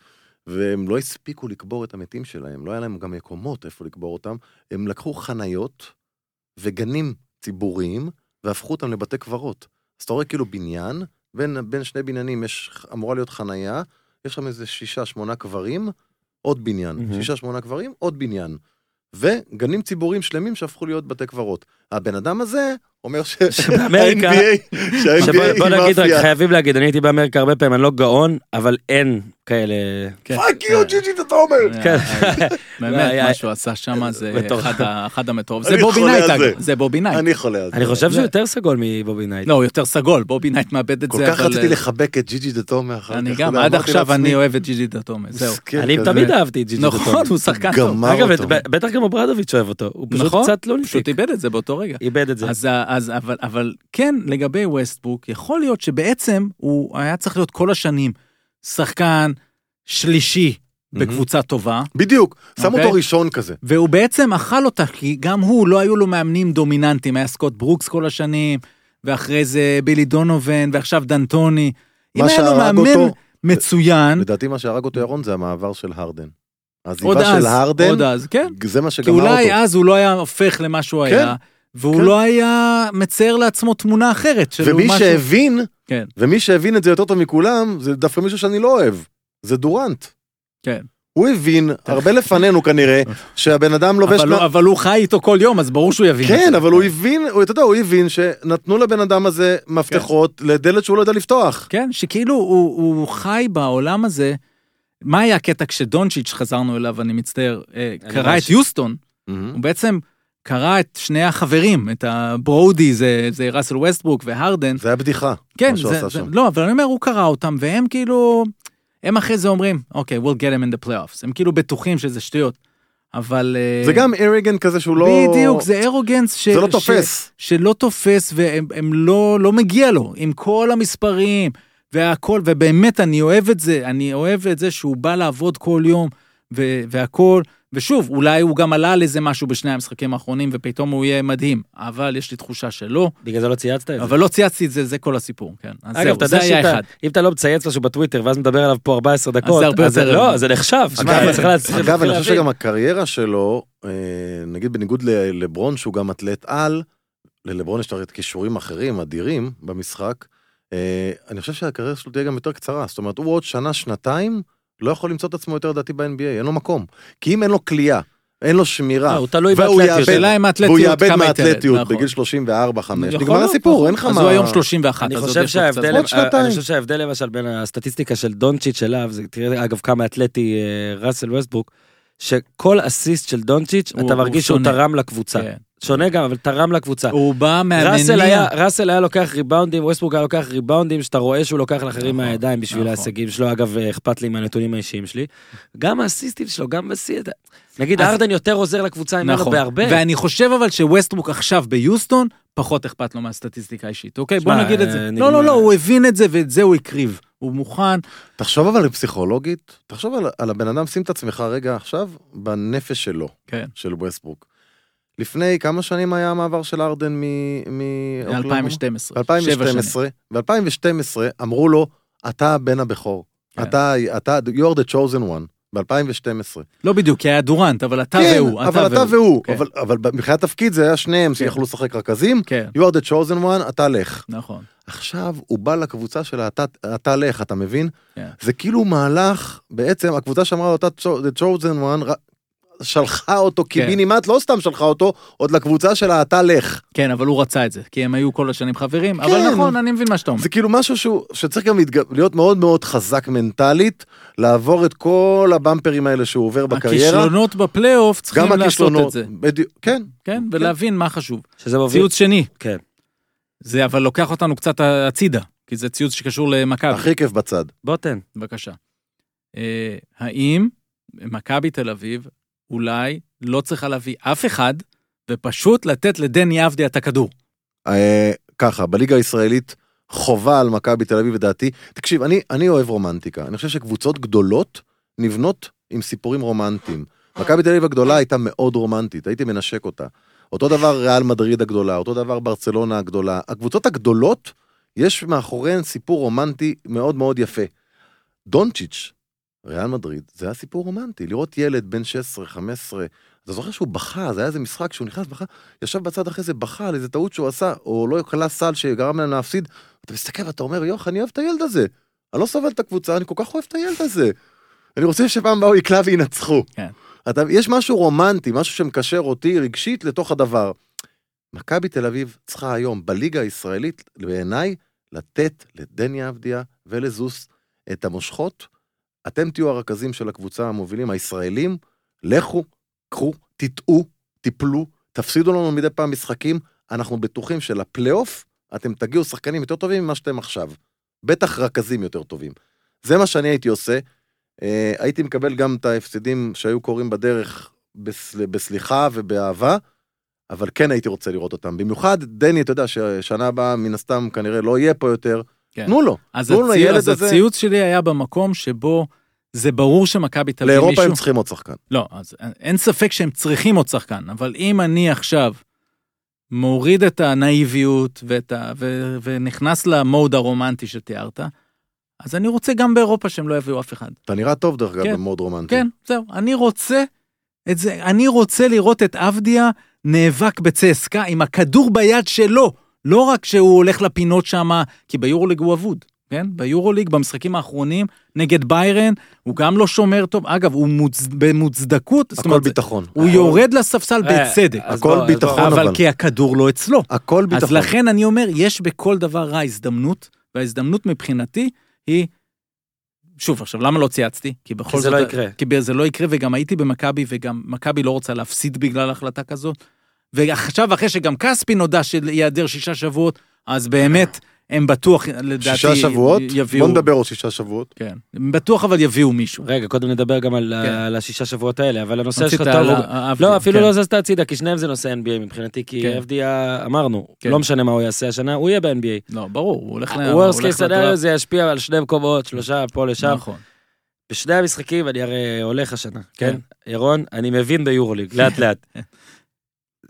והם לא הספיקו לקבור את המתים שלהם, לא היה להם גם מקומות איפה לקבור אותם. הם לקחו חניות וגנים ציבוריים, והפכו אותם לבתי קברות. אז אתה רואה כאילו בניין, בין, בין שני בניינים יש, אמורה להיות חנייה, יש שם איזה שישה, שמונה קברים, עוד בניין.
מהמם.
Mm-hmm. שישה, שמונה קברים, עוד בניין. וגנים ציבוריים שלמים שהפכו להיות בתי קברות. הבן אדם הזה אומר ש...
שבאמריקה-
שה-NBA
שבוא
שה-NBA
בוא
היא
נגיד רק,
מאפיה.
חייבים להגיד, אני הייתי באמריקה הרבה פעמים, אני לא גאון, אבל אין כאלה...
כן.
פאק יו, ג'יג'י, אתה אומר.
כן.
באמת,
היה-
מה שהוא עשה שם זה
מטורף.
אחד ה- אחד המטורף.
לא, אני
זה בובי
חולה
נייט,
על זה.
אגב, זה בובי נייט.
אני חולה על זה.
אני חושב שהוא
זה-
יותר סגול מבובי נייט.
לא, הוא יותר סגול, בובי נייט מאבד את
כל
זה,
כך
אבל... אה,
רציתי לחבק את ג'יג'י דה תומר אחר כך.
אני
אתה
גם,
יודע,
עד
אמרתי
עכשיו
לעצמי,
אני אוהב את ג'יג'י דתומה, זהו.
מסכן
אני
כן, כזה.
תמיד אהבתי את ג'יג'י
נכון, הוא שחקן טוב.
גמר
אגב, את-
אותו.
ב- בטח גם אוברדוביץ' אוהב אותו, הוא פשוט
נכון,
קצת לא
פשוט
נפסיק.
איבד את זה באותו רגע.
איבד
כן.
את זה.
אז, ה- אז אבל, אבל כן, לגבי ווסטבוק, יכול להיות שבעצם הוא היה צריך להיות כל השנים שחקן שלישי בקבוצה טובה,
בדיוק, שם
אוקיי.
אותו ראשון כזה.
והוא בעצם אכל אותה, כי גם הוא, לא היו לו מאמנים דומיננטיים, היה סקוט ברוקס כל השנים, ואחרי זה בילי דונובן, ועכשיו דנטוני.
מה
אם היה לו
שהרג
מאמן
אותו-
מצוין,
לדעתי מה שהרג אותו ירון זה המעבר של הרדן.
כן. עוד
העזיבה
אז,
של הרדן,
עוד אז, כן.
זה מה
כי
שגמר אותו.
אולי אז הוא לא היה הופך למה שהוא
כן,
היה, והוא
כן.
לא היה מצייר לעצמו תמונה אחרת של
ומי
משהו.
שהבין,
כן.
ומי שהבין את זה יותר טוב מכולם, זה דווקא מישהו שאני לא אוהב, זה דורנט.
כן.
הוא הבין, הרבה לפנינו כנראה, שהבן אדם לובש...
אבל, לא, אבל הוא חי איתו כל יום, אז ברור שהוא יבין. את
כן,
זה.
אבל הוא הבין, הוא- אתה יודע, הוא הבין שנתנו לבן אדם הזה מפתחות לדלת שהוא לא יודע לפתוח.
כן, שכאילו הוא, הוא חי בעולם הזה. מה היה הקטע כשדונצ'יץ', חזרנו אליו, אני מצטער, אה,
אני
קרא את
ממש-
יוסטון, הוא בעצם קרא את שני החברים, את הברודי, זה, זה ראסל ווסטברוק והרדן.
זה היה בדיחה,
כן,
מה שהוא
זה,
עשה
זה,
שם.
לא, אבל אני אומר, הוא קרא אותם, והם כאילו, הם אחרי זה אומרים, אוקיי, we'll get him in the playoffs. הם כאילו בטוחים שזה שטויות, אבל... אה,
זה גם איריגן כזה שהוא לא...
בדיוק, זה ארוגנס ש...
זה לא
ש-
תופס.
שלא תופס והם הם לא, לא מגיע לו עם כל המספרים והכל, ובאמת אני אוהב את זה, אני אוהב את זה שהוא בא לעבוד כל יום ו, והכל, ושוב, אולי הוא גם עלה על איזה משהו בשני המשחקים האחרונים ופתאום הוא יהיה מדהים, אבל יש לי תחושה שלא,
בגלל זה לא צייצת את זה.
אבל לא צייצתי את זה, זה כל הסיפור, כן. אז
אגב,
זהו,
אתה
זה
יודע
היה אחד.
שאתה- אם אתה לא מצייץ משהו בטוויטר ואז מדבר עליו פה 14 דקות,
הרבה
אז זה-
יותר-
לא, זה נחשב. שמע,
אגב,
אתה צריך להצליח
אגב, אני
להבין.
חושב שגם הקריירה שלו, אה, נגיד בניגוד ל- לברון, שהוא גם אתלט על, ללברון יש את כישורים אחרים, אדירים, במשחק, אה, אני חושב שהקריירה שלו תהיה גם יותר קצרה. זאת אומרת, הוא עוד שנה, שנתיים, לא יכול למצוא את עצמו יותר דעתי ב-NBA, אין לו מקום. כי אם אין לו כליאה, אין לו
אה,
שמירה,
הוא תלוי
והוא
באתלטיות.
יאבד.
השאלה עם
והוא
האתלטיות,
יאבד
כמה היא תרד,
מהאתלטיות
נכון.
בגיל 34-5,
יכול
נגמר
להיות,
הסיפור,
נכון.
אין לך מה...
אז הוא היום 31,
אני
אז עוד
חושב
יש לו קצת
שההבדל, אה,
זמן.
עוד שנתיים.
אני חושב שההבדל למשל בין הסטטיסטיקה של דונצ'יץ' אליו, זה תראה אגב כמה אתלטי אה, ראסל ווסטברוק, שכל אסיסט של דונצ'יץ',
הוא-
אתה
הוא
מרגיש שהוא
שונה.
תרם לקבוצה.
כן.
שונה גם, אבל תרם לקבוצה.
הוא בא
ראסל היה,
מהמניע.
ראסל היה לוקח ריבאונדים, ווסטבורג היה לוקח ריבאונדים שאתה רואה שהוא לוקח לאחרים
נכון,
מהידיים בשביל
נכון.
ההישגים שלו, אגב אה, אכפת לי מהנתונים האישיים שלי. גם האסיסטים שלו, גם בשיא, אתה- נגיד
אז-
ארדן יותר עוזר לקבוצה ממנו
נכון.
בהרבה.
ואני חושב אבל שווסטרוק עכשיו ביוסטון, פחות אכפת לו מהסטטיסטיקה האישית, אוקיי? בוא
שמע,
נגיד את
אה,
זה.
נגמר.
לא, לא, לא, הוא הבין את זה ואת זה הוא הקריב. הוא מוכן,
תחשוב אבל פסיכולוגית, תחשוב על, על הבן אדם, שים את עצמך רגע עכשיו בנפש שלו,
כן.
של ווסטברוק. לפני כמה שנים היה המעבר של ארדן מ... מ- אוקלהומה?
ב-2012.
ב-2012, ב-2012 אמרו לו, אתה הבן הבכור.
כן.
אתה, אתה, you're the chosen one, ב-2012.
לא בדיוק, כי היה דורנט, אבל אתה
כן,
והוא.
אבל אתה והוא.
כן.
אבל- אבל מבחינת תפקיד זה היה שניהם
כן.
שיכלו לשחק רכזים,
כן,
you are the chosen one, אתה לך.
נכון.
עכשיו הוא בא לקבוצה של האתה אתה לך, אתה מבין?
כן.
זה כאילו מהלך, בעצם הקבוצה שאמרה לו, אתה צ'ו- the chosen one, ר- שלחה אותו קיבינימט, לא סתם שלחה אותו, עוד לקבוצה של האתה לך.
כן, אבל הוא רצה את זה, כי הם היו כל השנים חברים, אבל
כן.
נכון, אני מבין מה שאתה אומר.
זה כאילו משהו שהוא, שצריך גם להתג- להיות מאוד מאוד חזק מנטלית, לעבור את כל הבמפרים האלה שהוא עובר בקריירה.
הכישלונות בפלייאוף צריכים
גם
לעשות את
הכישלונות.
זה.
בדיוק, כן,
כן, ולהבין מה חשוב.
שזה מוביל.
ציוץ שני,
כן.
זה אבל לוקח אותנו קצת הצידה, כי זה ציוץ שקשור למכבי.
הכי כיף בצד.
בוא תן.
בבקשה. אה, האם מכבי תל אביב אולי לא צריכה להביא אף אחד, ופשוט לתת לדני עבדי את הכדור?
אה, ככה, בליגה הישראלית חובה על מכבי תל אביב לדעתי. תקשיב, אני, אני אוהב רומנטיקה, אני חושב שקבוצות גדולות נבנות עם סיפורים רומנטיים. מכבי תל אביב הגדולה הייתה מאוד רומנטית, הייתי מנשק אותה. אותו דבר ריאל מדריד הגדולה, אותו דבר ברצלונה הגדולה. הקבוצות הגדולות, יש מאחוריהן סיפור רומנטי מאוד מאוד יפה. דונצ'יץ', ריאל מדריד, זה היה סיפור רומנטי. לראות ילד בן 16, 15, אתה זוכר שהוא בכה, זה היה איזה משחק שהוא נכנס, בכה, ישב בצד אחרי זה, בכה על איזה טעות שהוא עשה, או לא קלע סל שגרם להם להפסיד. אתה מסתכל ואתה אומר, יוח, אני אוהב את הילד הזה. אני לא סובל את הקבוצה, אני כל כך אוהב את הילד הזה. אני רוצה שפעם הבאה הוא יקלע וינצחו.
כן.
אתה, יש משהו רומנטי, משהו שמקשר אותי רגשית לתוך הדבר. מכבי תל אביב צריכה היום, בליגה הישראלית, בעיניי, לתת לדני אבדיה ולזוס את המושכות. אתם תהיו הרכזים של הקבוצה המובילים, הישראלים, לכו, קחו, תטעו, תיפלו, תפסידו לנו מדי פעם משחקים, אנחנו בטוחים שלפלייאוף אתם תגיעו שחקנים יותר טובים ממה שאתם עכשיו. בטח רכזים יותר טובים. זה מה שאני הייתי עושה. אה, הייתי מקבל גם את ההפסדים שהיו קורים בדרך בסל... בסליחה ובאהבה, אבל כן הייתי רוצה לראות אותם. במיוחד דני, אתה יודע ששנה הבאה מן הסתם כנראה לא יהיה פה יותר.
כן.
תנו לו,
אז,
תנו
הצי...
לילד
אז
הזה-
הציוץ שלי היה במקום שבו זה ברור שמכבי תל אביב
לאירופה
מישהו...
הם צריכים עוד שחקן.
לא, אז אין- אין ספק שהם צריכים עוד שחקן, אבל אם אני עכשיו מוריד את הנאיביות ואת ה... ו... ונכנס למוד הרומנטי שתיארת, אז אני רוצה גם באירופה שהם לא יביאו אף אחד.
אתה נראה טוב דרך אגב,
כן.
מאוד רומנטי.
כן, זהו, אני רוצה את זה, אני רוצה לראות את עבדיה נאבק בצסקה עם הכדור ביד שלו, לא רק שהוא הולך לפינות שם, כי ביורוליג הוא אבוד, כן? ביורוליג, במשחקים האחרונים, נגד ביירן, הוא גם לא שומר טוב, אגב, הוא מוצ... במוצדקות, זאת
הכל
אומרת,
ביטחון.
הוא יורד לספסל
אה,
בצדק,
אז
הכל
בוא, אז בוא.
ביטחון. נכון,
אבל
אבל.
כי הכדור לא אצלו.
הכל
אז
ביטחון.
לכן אני אומר, יש בכל דבר רע הזדמנות, וההזדמנות מבחינתי היא... שוב, עכשיו, למה לא צייצתי? כי בכל
כי זה
זאת...
לא יקרה.
כי זה לא יקרה, וגם הייתי במכבי, וגם מכבי לא רוצה להפסיד בגלל החלטה כזאת. ועכשיו, אחרי שגם כספי נודע שייעדר שישה שבועות, אז באמת, הם בטוח, לדעתי,
שישה שבועות?
יביאו...
בוא נדבר עוד שישה שבועות.
כן. הם בטוח אבל יביאו מישהו.
רגע, קודם נדבר גם על,
כן.
ה- על השישה שבועות האלה, אבל הנושא שלך
רצית
טוב.
על
הוא-
ה- אהבתי,
לא, אפילו
כן.
לא זזת הצידה, כי שניהם זה נושא NBA מבחינתי, כי
כן.
FD אמרנו,
כן.
לא משנה מה הוא יעשה השנה, הוא יהיה ב-NBA.
לא, ברור, הוא הולך... ל- הוא
וורס
הולך
קייס
לדראפט.
סנאריו זה ישפיע על שני מקומות, שלושה פה לשם.
נכון.
בשני המשחקים אני הרי הולך השנה, כן?
כן.
ירון, אני מבין ביורוליג, לאט לאט.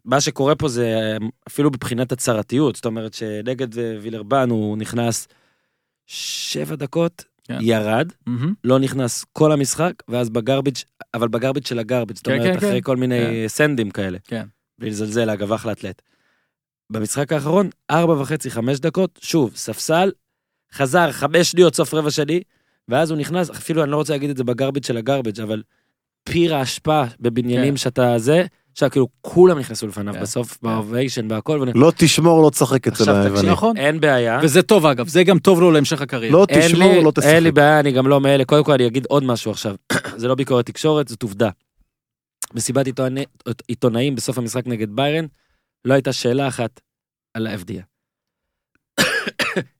מה שקורה פה זה אפילו מבחינת הצהרתיות, זאת אומרת שנגד אה, וילרבן הוא נכנס שבע דקות,
כן.
ירד,
מהמם.
לא נכנס כל המשחק, ואז בגרביג', אבל בגרביג' של הגרביג', זאת
כן,
אומרת,
כן,
אחרי
כן.
כל מיני
כן.
סנדים כאלה.
כן.
בלי לזלזל, אגב, אחלה אתלט. במשחק האחרון, ארבע וחצי, חמש דקות, שוב, ספסל, חזר חמש שניות סוף רבע שני, ואז הוא נכנס, אפילו אני לא רוצה להגיד את זה בגרביג' של הגרביג', אבל פיר האשפה בבניינים
כן.
שאתה זה, עכשיו כאילו כולם נכנסו לפניו
כן.
בסוף, באוביישן, בהכל, ואני-
לא תשמור, לא תשחק אצל
עכשיו
היווני.
תקשיב,
נכון.
אין בעיה.
וזה טוב, אגב, זה גם טוב לו להמשך הקריירה.
לא
אין
תשמור,
לי-
לא תשחק.
אין לי בעיה, אני גם לא מאלה. קודם כל אני אגיד עוד משהו עכשיו. זה לא ביקורת תקשורת, זאת עובדה. מסיבת עיתונא- עיתונאים בסוף המשחק נגד ביירן, לא הייתה שאלה אחת על ה-FDA.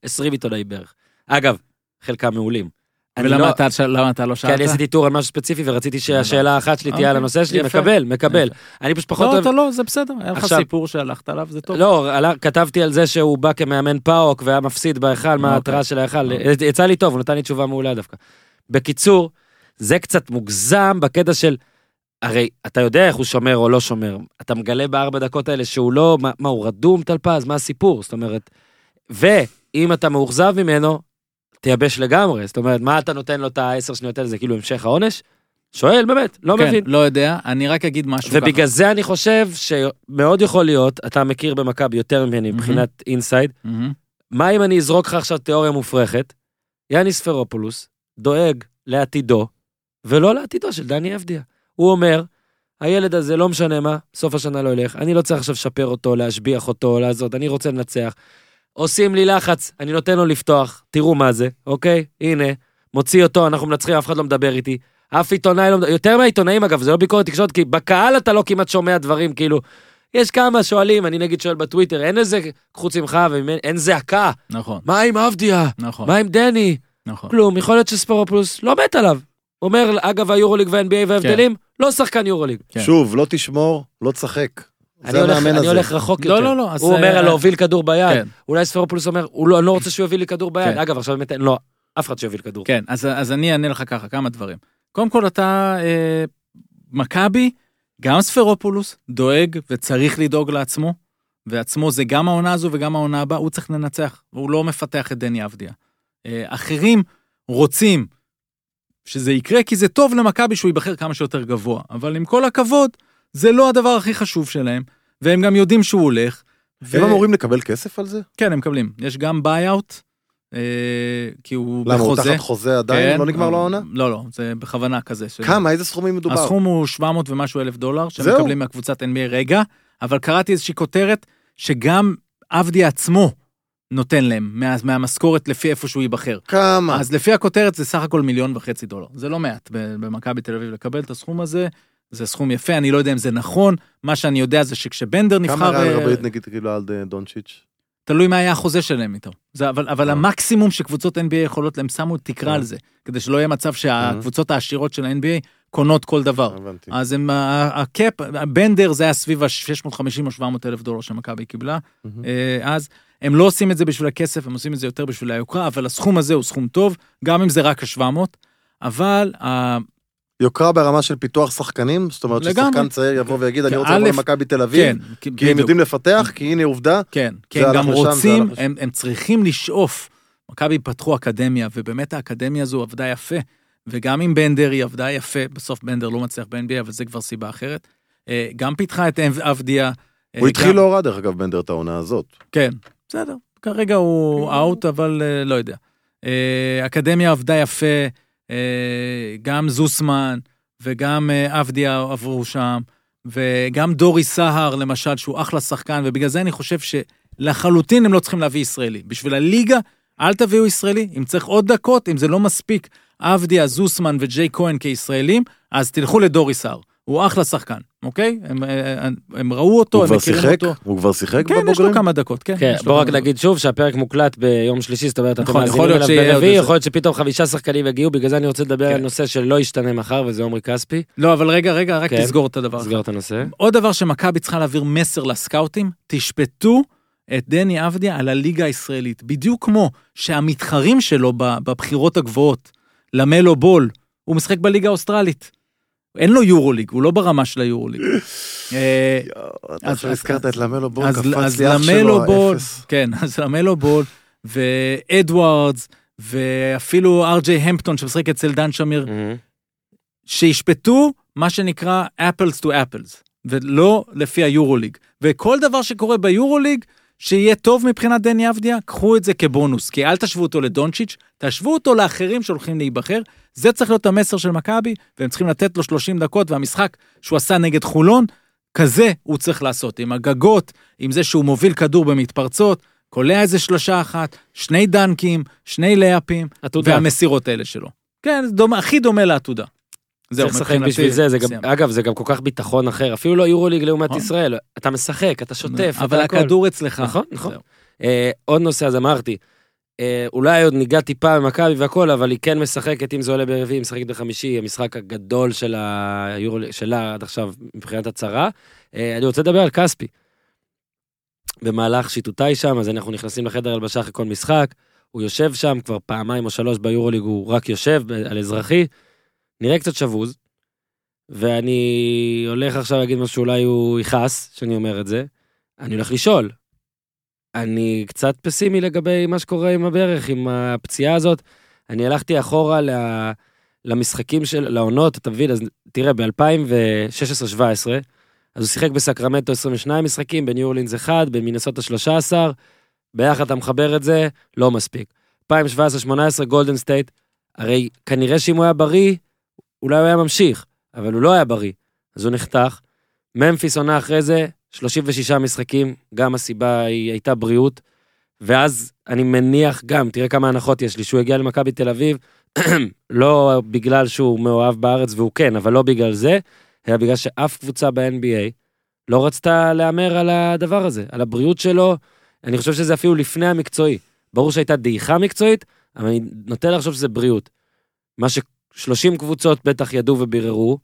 20 עיתונאים בערך. אגב, חלקם מעולים. אני
ולמה
לא-
אתה ש- למה אתה לא
כי אני
שאלת?
עשיתי טור על משהו ספציפי ורציתי שהשאלה האחת שלי תהיה על
אוקיי,
הנושא שלי,
יפה.
מקבל, מקבל. אני פשוט פחות
לא,
אוהב...
אתה לא, זה בסדר, היה לך
עכשיו-
סיפור שהלכת עליו, זה טוב.
לא, עלה- כתבתי על זה שהוא בא כמאמן פאוק והיה מפסיד בהיכל
אוקיי.
מההתראה של ההיכל. אה, יצא לי טוב, הוא נתן לי תשובה מעולה דווקא. בקיצור, זה קצת מוגזם בקטע של... הרי אתה יודע איך הוא שומר או לא שומר. אתה מגלה בארבע דקות האלה שהוא לא... מה, מה הוא רדום טלפז? מה הסיפור? זאת אומרת... ואם אתה מאוכזב ממנו, תייבש לגמרי. זאת אומרת, מה אתה נותן לו את העשר שניות האלה? זה כאילו המשך העונש? שואל, באמת, לא
כן,
מבין.
לא יודע, אני רק אגיד משהו ככה.
ובגלל זה אני חושב שמאוד יכול להיות, אתה מכיר במכבי יותר ממני מבחינת אינסייד,
מהמם.
מה אם אני אזרוק לך עכשיו תיאוריה מופרכת? יאניס פרופולוס דואג לעתידו, ולא לעתידו של דני אבדיה. הוא אומר, הילד הזה לא משנה מה, סוף השנה לא ילך, אני לא צריך עכשיו לשפר אותו, להשביח אותו, לעשות, אני רוצה לנצח. עושים לי לחץ, אני נותן לו לפתוח, תראו מה זה, אוקיי? הנה, מוציא אותו, אנחנו מנצחים, אף אחד לא מדבר איתי. אף עיתונאי לא מדבר, יותר מהעיתונאים אגב, זה לא ביקורת תקשורת, כי בקהל אתה לא כמעט שומע דברים, כאילו, יש כמה שואלים, אני נגיד שואל בטוויטר, אין איזה, חוץ ממך, וממני- אין זעקה.
נכון,
מה עם עבדיה?
נכון,
מה עם דני?
נכון.
כלום, יכול להיות שספורופלוס לא מת עליו. הוא אומר, אגב, היורוליג וה-NBA וההבדלים, לא שחקן יורוליג.
כן.
שוב, לא תשמור, לא תשחק.
אני
זה
הולך-
המאמן
אני
הזה.
הולך רחוק
לא,
יותר.
לא, לא, אז,
הוא אומר
אה,
על להוביל כדור ביד.
כן.
אולי ספורופלוס אומר, "הוא לא- אני לא רוצה שהוא יביא לי כדור ביד.
כן.
אגב, עכשיו באמת אין לו אף אחד שיוביל כדור.
כן, אז, אז אני אענה לך ככה, כמה דברים. קודם כל, אתה אה, מכבי, גם ספרופולוס, דואג וצריך לדאוג לעצמו, ועצמו זה גם העונה הזו וגם העונה הבאה, הוא צריך לנצח, והוא לא מפתח את דני אבדיה. אה, אחרים רוצים שזה יקרה, כי זה טוב למכבי שהוא ייבחר כמה שיותר גבוה, אבל עם כל הכבוד, זה לא הדבר הכי חשוב שלהם, והם גם יודעים שהוא הולך.
הם אמורים לקבל כסף על זה?
כן, הם מקבלים. יש גם ביי-אאוט, אה, כי הוא בחוזה.
למה, הוא תחת חוזה עדיין?
כן,
לא נגמר לו העונה?
לא, לא, זה בכוונה כזה. ש-
כמה? איזה סכומים מדובר?
הסכום הוא 700 ומשהו אלף דולר, שהם
זהו.
מקבלים מהקבוצת NBA רגע, אבל קראתי איזושהי כותרת שגם עבדי עצמו נותן להם מה, מהמשכורת לפי איפה שהוא ייבחר.
כמה?
אז לפי הכותרת זה סך הכל מיליון וחצי דולר. זה לא מעט ב- במכבי תל אביב לקבל את הסכום הזה, זה סכום יפה, אני לא יודע אם זה נכון, מה שאני יודע זה שכשבנדר נבחר...
כמה ריאל
אה,
רביעית נגיד כאילו על אה, דונצ'יץ'?
תלוי מה היה החוזה שלהם איתו. זה, אבל, אבל
אה.
המקסימום שקבוצות NBA יכולות, הם שמו תקרה
אה.
על זה, כדי שלא יהיה מצב שהקבוצות העשירות של ה-NBA קונות כל דבר.
הבנתי.
אז הם, ה- הקאפ, הבנדר זה היה סביב ה-650 או 700 אלף דולר שמכבי קיבלה,
מהמם.
אה, אז הם לא עושים את זה בשביל הכסף, הם עושים את זה יותר בשביל היוקרה, אבל הסכום הזה הוא סכום טוב, גם אם זה רק ה-700, אבל ה-
יוקרה ברמה של פיתוח שחקנים? זאת אומרת ששחקן
לגמרי.
צעיר יבוא ויגיד אני
כן,
רוצה לבוא
א',
למכבי תל
כן,
אביב?
כי-
כי הם
בדיוק.
יודעים לפתח? כי הנה עובדה?
כן, כי
זה
הם גם
הלך לשם, זה
רוצים,
הלך לשם.
הם, הם צריכים לשאוף. מכבי פתחו אקדמיה, ובאמת האקדמיה הזו עבדה יפה, וגם עם בנדר היא עבדה יפה, בסוף בנדר לא מצליח ב-NBA, אבל זה כבר סיבה אחרת. אה, גם פיתחה את אב- עבדיה. אה,
הוא התחיל
גם-
לא רע דרך אגב בנדר את העונה הזאת.
כן, בסדר. כרגע הוא אאוט, אבל אה, לא יודע. אה, אקדמיה עבדה יפה, אה, גם זוסמן וגם אה, עבדיה עברו שם, וגם דורי סהר, למשל, שהוא אחלה שחקן, ובגלל זה אני חושב שלחלוטין הם לא צריכים להביא ישראלי. בשביל הליגה, אל תביאו ישראלי. אם צריך עוד דקות, אם זה לא מספיק, עבדיה, זוסמן וג'יי כהן כישראלים, אז תלכו לדורי סהר. הוא אחלה שחקן, אוקיי? הם, אה, הם ראו אותו,
הוא
הם
כבר
מכירים
שיחק?
אותו.
הוא כבר שיחק
כן, יש לו
בבוגרים?
כמה דקות, כן.
כן,
יש לו
בוא רק
כמה
נגיד שוב שהפרק מוקלט ביום שלישי, זאת אומרת, אתם
נכון,
מאזינים
יכול להיות
אליו
שיהיה עוד
ברביעי,
איזה-
יכול להיות שפתאום חמישה שחקנים יגיעו, בגלל זה אני רוצה לדבר
כן.
על נושא שלא ישתנה מחר, וזה עומרי כספי.
דקות. לא, אבל רגע, רגע, רק
כן.
תסגור את הדבר. הזה.
סגור את הנושא.
עוד דבר שמכבי צריכה להעביר מסר לסקאוטים, תשפטו את דני עבדיה על הליגה הישראלית. בדיוק כמו שהמתחרים שלו ב- בבחירות הגבוהות, למלו בול, הוא משחק בליגה האוסטרלית. אין לו יורוליג, הוא לא ברמה של היורוליג. אה,
יואו, אתה
אז-
עכשיו
אז-
הזכרת
אז-
את למלו בול,
אז,
קפץ
אז
לי אח שלו,
למלו בול,
האפס.
כן, אז למלו בול, ואדוארדס, ואפילו ארג'יי המפטון שמשחק אצל דן שמיר,
Mm.
שישפטו מה שנקרא אפלס טו אפלס, ולא לפי היורוליג. וכל דבר שקורה ביורוליג, שיהיה טוב מבחינת דני אבדיה, קחו את זה כבונוס, כי אל תשוו אותו לדונצ'יץ', תשוו אותו לאחרים שהולכים להיבחר. זה צריך להיות המסר של מכבי, והם צריכים לתת לו 30 דקות, והמשחק שהוא עשה נגד חולון, כזה הוא צריך לעשות, עם הגגות, עם זה שהוא מוביל כדור במתפרצות, קולע איזה שלושה אחת, שני דנקים, שני לייפים,
עתודה.
והמסירות האלה שלו. כן, זה דומה, הכי דומה לעתודה. זהו,
צריך לשחק בשביל זה, זה גם,
סיימנו.
אגב, זה גם כל כך ביטחון אחר, אפילו לא יורוליג לעומת
נכון.
ישראל, אתה משחק, אתה שוטף, אתה
אבל
הכל.
הכדור אצלך.
נכון, נכון.
זהו.
אה, עוד נושא, אז אמרתי, אה, אולי עוד ניגע טיפה במכבי והכל, אבל היא כן משחקת, אם זה עולה ברביעי, היא משחקת בחמישי, המשחק הגדול של היורו, שלה עד עכשיו מבחינת הצהרה. אה, אני רוצה לדבר על כספי. במהלך שיטוטיי שם, אז אנחנו נכנסים לחדר הלבשה אחרי כל משחק, הוא יושב שם כבר פעמיים או שלוש ביורוליג, הוא רק יושב ב- על אזרחי, נראה קצת שבוז, ואני הולך עכשיו להגיד משהו שאולי הוא יכעס, שאני אומר את זה, אני הולך לשאול, אני קצת פסימי לגבי מה שקורה עם הברך, עם הפציעה הזאת. אני הלכתי אחורה ל... למשחקים של, לעונות, אתה מבין? אז תראה, ב-2016-2017, אז הוא שיחק בסקרמנטו 22 משחקים, בניו אורלינס 1, במינסוטה 13, ביחד אתה מחבר את זה, לא מספיק. 2017-2018, גולדן סטייט, הרי כנראה שאם הוא היה בריא, אולי הוא היה ממשיך, אבל הוא לא היה בריא, אז הוא נחתך. ממפיס עונה אחרי זה, 36 משחקים, גם הסיבה היא הייתה בריאות. ואז אני מניח גם, תראה כמה הנחות יש לי, שהוא הגיע למכבי תל אביב, לא בגלל שהוא מאוהב בארץ, והוא כן, אבל לא בגלל זה, אלא בגלל שאף קבוצה ב-NBA לא רצתה להמר על הדבר הזה, על הבריאות שלו. אני חושב שזה אפילו לפני המקצועי. ברור שהייתה דעיכה מקצועית, אבל אני נוטה לחשוב שזה בריאות. מה ש-30 קבוצות בטח ידעו וביררו.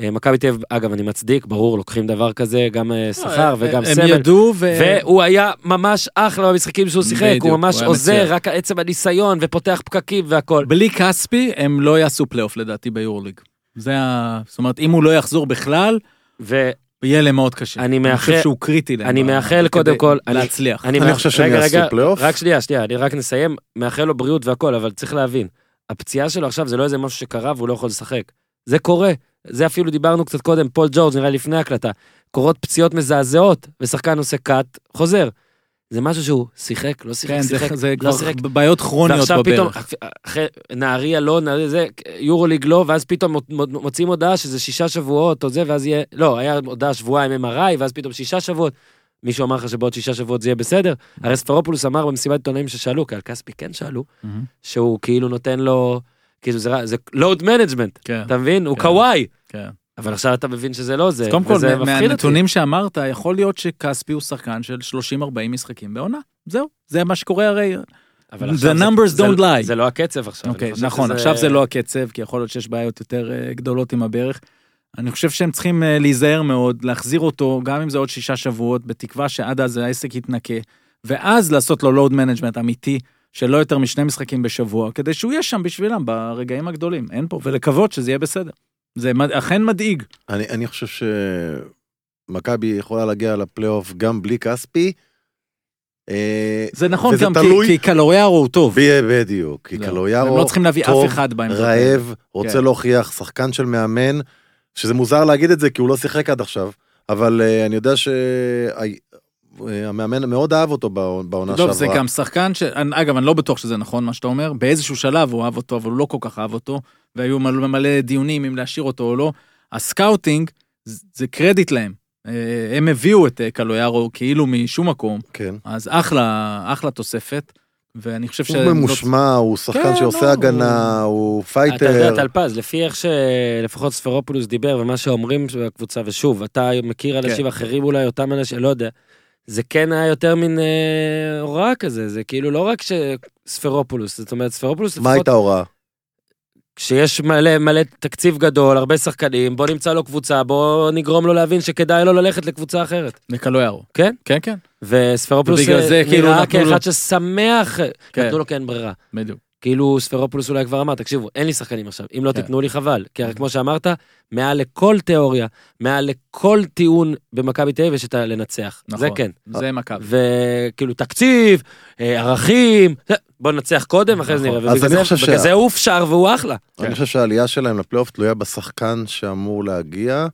אה, מכבי תל אביב, אגב, אני מצדיק, ברור, לוקחים דבר כזה, גם אה, שכר וגם
הם
סמל.
ידעו, ו...
והוא היה ממש אחלה במשחקים שהוא שיחק,
בדיוק,
הוא ממש
הוא היה
עוזר,
מצוין.
רק עצם הניסיון, ופותח פקקים והכל.
בלי כספי הם לא יעשו פלייאוף לדעתי ביורליג. זה ה... זאת אומרת, אם הוא לא יחזור בכלל,
ואני
יהיה להם מאוד קשה.
אני
אני חושב
מאחל-
שהוא קריטי להם.
אני
ב-
מאחל
כדי
קודם כל- אני-
להצליח.
אני חושב שהם
רגע,
יעשו
רגע,
פלייאוף.
רק שנייה, שנייה, אני רק נסיים, מאחל לו בריאות והכל, אבל צריך להבין, הפציעה שלו עכשיו זה לא איזה משהו שקרה והוא לא יכול לשחק. זה קורה, זה אפילו דיברנו קצת קודם, פול ג'ורג' נראה לי לפני ההקלטה. קורות פציעות מזעזעות, ושחקן עושה קאט, חוזר. זה משהו שהוא שיחק, לא שיחק,
כן, זה-
שיחק,
זה
לא שיחק,
כבר בעיות כרוניות
ועכשיו פתאום,
בברך.
אחרי נהריה לא, נהריה זה, יורוליג לא, ואז פתאום מוצ- מוצאים הודעה שזה שישה שבועות או זה, ואז יהיה, לא, היה הודעה שבועיים MRI, ואז פתאום שישה שבועות. מישהו אמר לך שבעוד שישה שבועות זה יהיה בסדר? הרי ספרופולוס אמר במסיבת עיתונאים ששאלו, כי על כספי כן שאלו,
מהמם.
שהוא כאילו נותן לו, כאילו זה רע- זה לואוד מנג'מנט,
כן,
אתה מבין? הוא
כן.
קוואי.
כן.
אבל עכשיו אתה מבין שזה לא זה,
אז קודם כל,
וזה
מה-
מפחיד אותי.
מהנתונים שאמרת, יכול להיות שכספי הוא שחקן של 30-40 משחקים בעונה. זהו, זה מה שקורה הרי.
אבל
The
עכשיו זה-
numbers
זה-
don't lie.
זה לא הקצב עכשיו.
אוקיי,
אני חושב
נכון,
שזה-
עכשיו זה לא הקצב, כי יכול להיות שיש בעיות יותר אה, גדולות עם הברך. אני חושב שהם צריכים אה, להיזהר מאוד, להחזיר אותו, גם אם זה עוד שישה שבועות, בתקווה שעד אז העסק יתנקה, ואז לעשות לו לואוד מנג'מנט אמיתי, של לא יותר משני משחקים בשבוע, כדי שהוא יהיה שם בשבילם ברגעים הגדולים, אין פה, ולקוות שזה יהיה בסדר. זה מד- אכן מדאיג.
אני, אני חושב שמכבי יכולה להגיע לפלייאוף גם בלי כספי. אה,
זה נכון
וזה
גם כי-
תלוי-
כי קלוריארו הוא טוב.
ב- בדיוק, כי
זהו.
קלויארו...
הם לא צריכים להביא
טוב,
אף אחד בהם.
רעב, רוצה
כן.
להוכיח, שחקן של מאמן, שזה מוזר להגיד את זה כי הוא לא שיחק עד עכשיו, אבל אה, אני יודע שהמאמן מאוד אהב אותו בעו- בעונה
טוב, זה
שעברה.
גם שחקן ש... אני- אגב, אני לא בטוח שזה נכון מה שאתה אומר. באיזשהו שלב הוא אהב אותו, אבל הוא לא כל כך אהב אותו, והיו מלא, מלא דיונים אם להשאיר אותו או לא. הסקאוטינג, זה זה קרדיט להם. אה, הם הביאו את אה, קלויארו כאילו משום מקום,
כן.
אז אחלה, אחלה תוספת, ואני חושב לא- ש...
הוא ממושמע, הוא שחקן
כן,
שעושה
לא,
הגנה, הוא
אתה יודע,
פייטר.
טלפז, לפי איך שלפחות ספרופולוס דיבר ומה שאומרים בקבוצה, ושוב, אתה מכיר
כן.
אנשים אחרים אולי, אותם אנשים, לא יודע, זה כן היה יותר מין אה, הוראה כזה, זה כאילו לא רק שספרופולוס, זאת אומרת, ספרופולוס
מה
לפחות,
הייתה ההוראה?
כשיש מלא מלא תקציב גדול, הרבה שחקנים, בוא נמצא לו קבוצה, בוא נגרום לו להבין שכדאי לו ללכת לקבוצה אחרת.
לקלויארו.
כן?
כן, כן,
וספרופולוס
ובגלל
אה,
זה, כאילו,
נראה
נתנו לו-
כאחד ששמח,
כן.
נתנו לו כן ברירה.
בדיוק.
כאילו ספרופולוס אולי כבר אמר, תקשיבו, אין לי שחקנים עכשיו, אם לא
כן.
תיתנו לי חבל. כי הרי כמו שאמרת, מעל לכל תיאוריה, מעל לכל טיעון במכבי תל אביב יש את הלנצח.
נכון.
זה כן.
אה,
זה מכבי.
וכאילו תקציב, אה, ערכים, זה, בוא ננצח קודם, אחרי זה נראה.
נכון.
אז
ובגלל
אני
זה-
חושב
בגלל
שה-
זה הוא הופשר והוא אחלה.
אני חושב שהעלייה שלהם לפלייאוף תלויה בשחקן שאמור להגיע.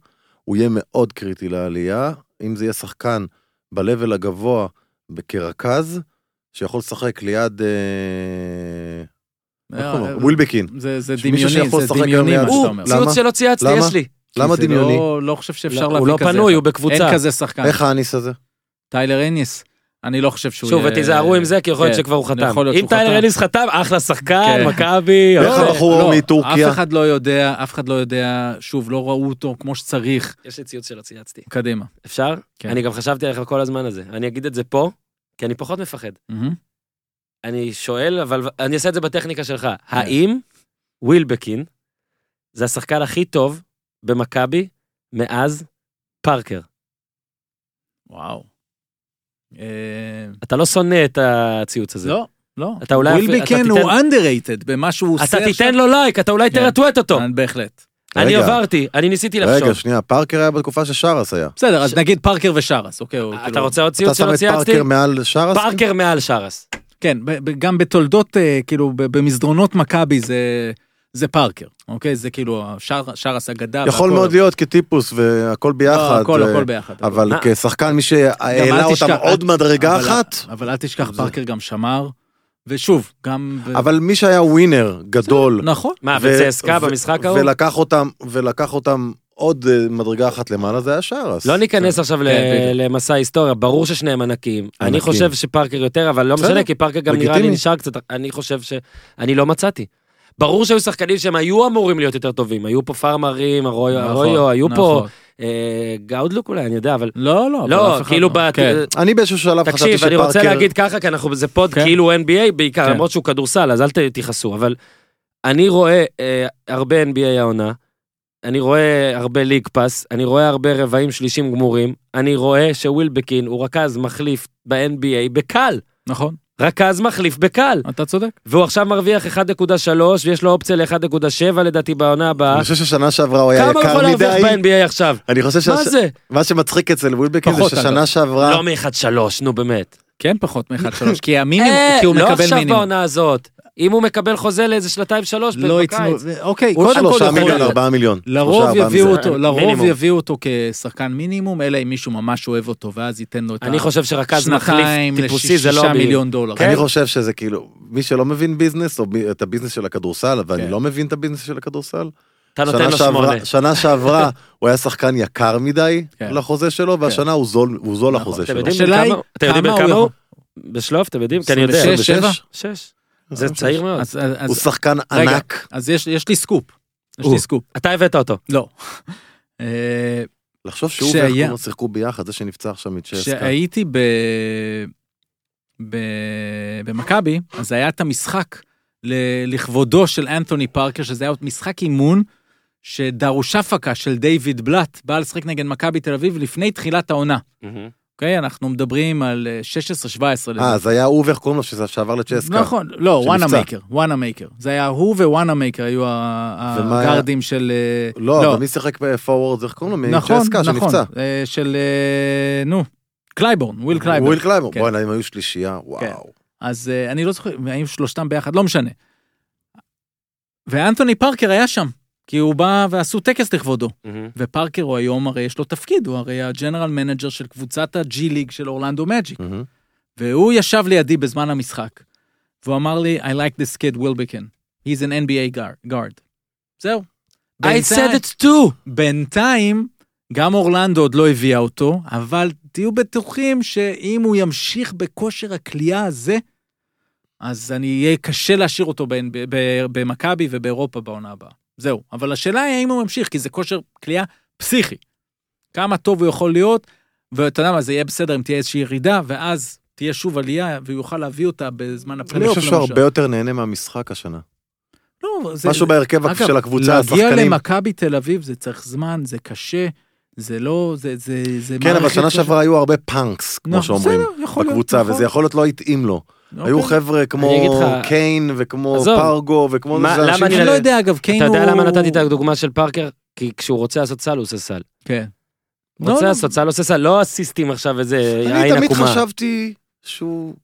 הוא יהיה מאוד קריטי לעלייה. אם זה יהיה שחקן ב-level הגבוה ב- כרכז, שיכול לשחק ליד... אה, איך קוראים לו? ווילבקין.
אה, זה זה
שמישהו
דמיוני,
שיכול
זה
לשחק גם
דמיוני
ליד
מה
שם.
שאתה
הוא,
אומר.
למה?
ציוץ שלא צייצתי,
למה?
יש לי.
למה
זה
דמיוני?
לא- לא חושב שאפשר
לא,
להביא כזה.
הוא לא פנוי, הוא בקבוצה.
אין כזה שחקן.
איך האניס הזה?
טיילר אניס. אני לא חושב שהוא...
שוב,
יהיה-
ותיזהרו עם זה, כי יכול להיות
כן,
שכבר הוא חתם.
יכול להיות
אם
שהוא חתם.
טיילר אליס חתם, אחלה שחקן,
כן.
מכבי,
איך
אבל-
לא,
הבחור
לא,
מטורקיה?
אף אחד לא יודע, אף אחד לא יודע, שוב, לא ראו אותו כמו שצריך.
יש לי ציוץ שלא צייצתי.
קדימה.
אפשר?
כן.
אני גם חשבתי עליך כל הזמן הזה. אני אגיד את זה פה, כי אני פחות מפחד.
מהמם.
אני שואל, אבל אני אעשה את זה בטכניקה שלך.
כן.
האם ווילבקין זה השחקן הכי טוב במכבי מאז פארקר?
וואו. אה,
אתה לא שונא את הציוץ הזה.
לא, לא.
אתה אולי... אפילו- אתה
ווילבקין
תיתן-
הוא underrated במה שהוא עושה
אתה תיתן לו לייק, אתה אולי
כן.
תרטווט אותו.
אה, בהחלט.
אני
רגע.
עברתי, אני ניסיתי
לא רגע,
לחשוב.
שנייה, פארקר היה בתקופה ששרס היה.
בסדר, אז
ש-
נגיד פארקר ושרס, אוקיי. הוא
אתה
כאילו-
רוצה עוד
אתה
ציוץ
שם
שלא
את
לא צייצתי?
פארקר מעל שרס?
פארקר מעל שרס.
כן, ב- ב- גם בתולדות, אה, כאילו, ב- במסדרונות מכבי זה... זה פארקר, אוקיי? זה כאילו השאר- שרס אגדה.
יכול
והכל-
מאוד להיות כטיפוס והכל ביחד.
לא, הכל,
אה,
הכל ביחד.
אבל
אה.
כשחקן מי
גם אל
שהעלה אותם
תשכח- אה,
עוד מדרגה
אבל-
אחת,
אבל אל תשכח, פארקר גם שמר, ושוב, גם... ב-
אבל מי שהיה ווינר גדול.
נכון.
מה,
ו-
וצסקה
ו-
אה, במשחק ההוא?
ולקח אותם, ולקח אותם עוד אה, מדרגה אחת למעלה, זה היה שרס.
לא ניכנס עכשיו ל-
כן, בדיוק.
למסע היסטוריה, ברור ששניהם ענקים. אני
ענקים.
חושב שפארקר יותר, אבל לא
בסדר,
משנה, כי פארקר גם נראה לי
לגיטימי.
נשאר קצת, אני חושב ש... אני לא מצאתי. ברור שהיו שחקנים שהם היו אמורים להיות יותר טובים, היו פה פארמרים, הרוי-
נכון,
הרויו, היו פה
נכון.
אה, גאודלוק אולי, אני יודע, אבל...
לא, לא. אבל
לא,
אף אחד
כאילו,
לא.
בת-
כן.
אני באיזשהו שלב חשבתי
תקשיב, אני רוצה
שפארקר...
להגיד ככה, כי אנחנו, זה פוד
כן.
כאילו NBA בעיקר,
כן.
למרות שהוא כדורסל, אז אל ת- תכעסו, אבל אני רואה אה, הרבה NBA העונה, אני רואה הרבה ליג פאס, אני רואה הרבה רבעים שלישים גמורים, אני רואה שווילבקין הוא רכז מחליף ב-NBA בקל.
נכון,
רכז מחליף בקל,
אתה צודק.
והוא עכשיו מרוויח 1.3 ויש לו אופציה ל-1.7 לדעתי בעונה הבאה.
אני חושב ששנה שעברה הוא היה
כמה הוא
יקר
יכול להרוויח
מדי.
ב-NBA עכשיו?
אני חושב
מה זה?
שמה שמצחיק אצל ווילבקין זה
פחות, אגב.
ששנה שעברה...
לא מ-1.3, נו באמת.
כן, פחות מ-1-3, כי המינימום,
אה,
כי הוא
לא
מקבל
עכשיו
מינימום.
בעונה הזאת. אם הוא מקבל חוזה לאיזה שנתיים שלוש
לא
בקיץ.
יתנו, אוקיי,
הוא
קודם כל
שלושה
יכול
מיליון,
להיות.
ארבעה מיליון. שלושה,
לרוב
ארבעה
יביאו
מיליון.
אותו,
מינימום.
לרוב יביאו אותו כשחקן מינימום, אלא אם מישהו ממש אוהב אותו, ואז ייתן לו את
אני חושב שרכז מחליף
השנתיים
טיפוסי זה לא
לשישה
בי-
מיליון דולר.
אני חושב שזה כאילו, מי שלא מבין ביזנס, או בי- את הביזנס של הכדורסל,
כן.
ואני לא מבין את הביזנס של הכדורסל.
אתה נותן
שנה
לו
שעברה-
שמונה.
שנה שעברה הוא היה שחקן יקר מדי
כן.
לחוזה שלו, והשנה הוא זול- הוא זול לחוזה
נכון.
שלו.
אתם יודעים
השאלה
בכמה-
היא,
אתם יודעים
כמה הוא
בכמה הוא?
יכול-
בשלוף, אתם יודעים? כי אני כן יודע.
26, שבע?
שש. זה צעיר מאוד.
אז- אז-
הוא
אז-
שחקן
רגע,
ענק.
אז יש יש לי סקופ. יש
הוא.
לי סקופ.
אתה הבאת אותו.
לא. אה,
לחשוב שהוא
כשהיה-
ואחרונה שיחקו ביחד, זה שנפצע עכשיו מצ'סקה.
כשהייתי ב... ב... במכבי, אז היה את המשחק ל... לכבודו של אנתוני פארקר, שזה היה משחק אימון, שדרושפקה של דיוויד בלאט בא לשחק נגד מכבי תל אביב לפני תחילת העונה. אוקיי? אנחנו מדברים על אה, 16-17.
אה, אז היה הוא ואיך קוראים לו, שזה שעבר לצ'סקה.
נכון, לא,
שנפצע.
וואנה מייקר, וואנה מייקר. זה היה הוא ווואנה מייקר היו ה-
ומה היה?
הגארדים של... אה,
לא, אבל מי שיחק בפורוורד, איך קוראים לו?
נכון,
מצ'סקה
נכון,
שנפצע.
אה, של... אה, נו, קלייבורן, וויל קלייבורן.
וויל קלייבור.
כן.
בוא'נה, הם היו שלישייה, וואו.
אז אה, אני לא זוכר, היו שלושתם ביחד, לא משנה. ואנתוני פארקר היה שם, כי הוא בא ועשו טקס לכבודו. ופארקר הוא היום, הרי יש לו תפקיד, הוא הרי הג'נרל מנג'ר של קבוצת הג'י ליג של אורלנדו מג'יק.
מהמם.
והוא ישב לידי בזמן המשחק, והוא אמר לי, I like this kid Wilbekin, he's an NBA guard- guard. זהו.
I
בינתיים-
said it too.
בינתיים, גם אורלנדו עוד לא הביאה אותו, אבל תהיו בטוחים שאם הוא ימשיך בכושר הכלייה הזה, אז אני יהיה קשה להשאיר אותו ב- ב- ב- במכבי ובאירופה בעונה הבאה. זהו. אבל השאלה היא האם הוא ממשיך, כי זה כושר כלייה פסיכי. כמה טוב הוא יכול להיות, ואתה יודע מה, זה יהיה בסדר אם תהיה איזושהי ירידה, ואז תהיה שוב עלייה, והוא יוכל להביא אותה בזמן
אני
הפלייאוף
חושב
למשל.
שהוא הרבה יותר נהנה מהמשחק השנה.
לא, זה-
משהו בהרכב
אגב,
של הקבוצה,
להגיע
השחקנים.
למכבי תל אביב זה צריך זמן, זה קשה, זה לא, זה, זה, זה
כן, אבל
מערכת
שנה
לא-
שעברה היו הרבה פאנקס, כמו
נכון,
שאומרים,
בסדר, יכול להיות,
בקבוצה,
נכון.
וזה יכול להיות לא התאים לו.
אוקיי.
היו חבר'ה כמו
אני אגיד לך-
קיין וכמו
עזוב.
פרגו וכמו...
מה-
זה
למה
אנשים כאילו-
אני
ש-
אני לא יודע, אגב, קיין
אתה
הוא...
יודע למה נתתי את הדוגמה של פארקר? כי כשהוא רוצה לעשות סל, הוא עושה סל.
כן. לא,
רוצה
לא.
לעשות סל, עושה סל. לא אסיסטים עכשיו איזה
אני
לא- עין
תמיד
עקומה.
חשבתי שהוא,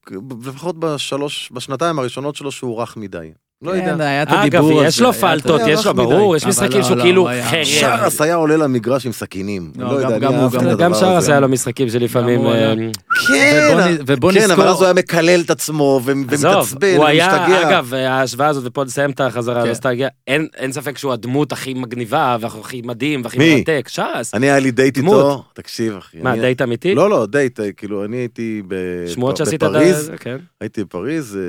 לפחות בשלוש, בשנתיים הראשונות שלו, שהוא רך מדי. לא
כן.
יודע.
כן, היה את
אגב,
הדיבור הזה.
יש לו
היה את
פלטות,
הדיבור.
יש לו,
מדי.
ברור, יש
אבל
משחקים
לא,
שהוא
לא,
כאילו
הוא היה-
חרב.
שרס היה עולה למגרש עם סכינים.
לא,
לא
גם-
יודע,
גם
אני
הוא,
אהבתי את
גם-
הדבר
גם שרס
הזה.
היה לו משחקים שלפעמים...
גם הוא היה-
אה,
כן,
ובוא נ- ובוא
כן, אבל
נזכור-
אז הוא היה מקלל את עצמו ו-
עזוב,
ומתעצבן
הוא היה,
ומשתגע.
אגב, ההשוואה הזאת, ופה נסיים את החזרה
כן.
לנוסטגיה, אין אין ספק שהוא הדמות הכי מגניבה, והכי מדהים, והכי
מי?
מרתק, שרס.
אני היה לי דייט איתו,
דמות.
תקשיב אחי.
מה,
אני-
דייט אמיתי?
לא, לא, דייט, אה, כאילו, אני הייתי ב-
שמועות
ב-
שעשית...
בפריז,
את ה- כן,
הייתי בפריז, אה,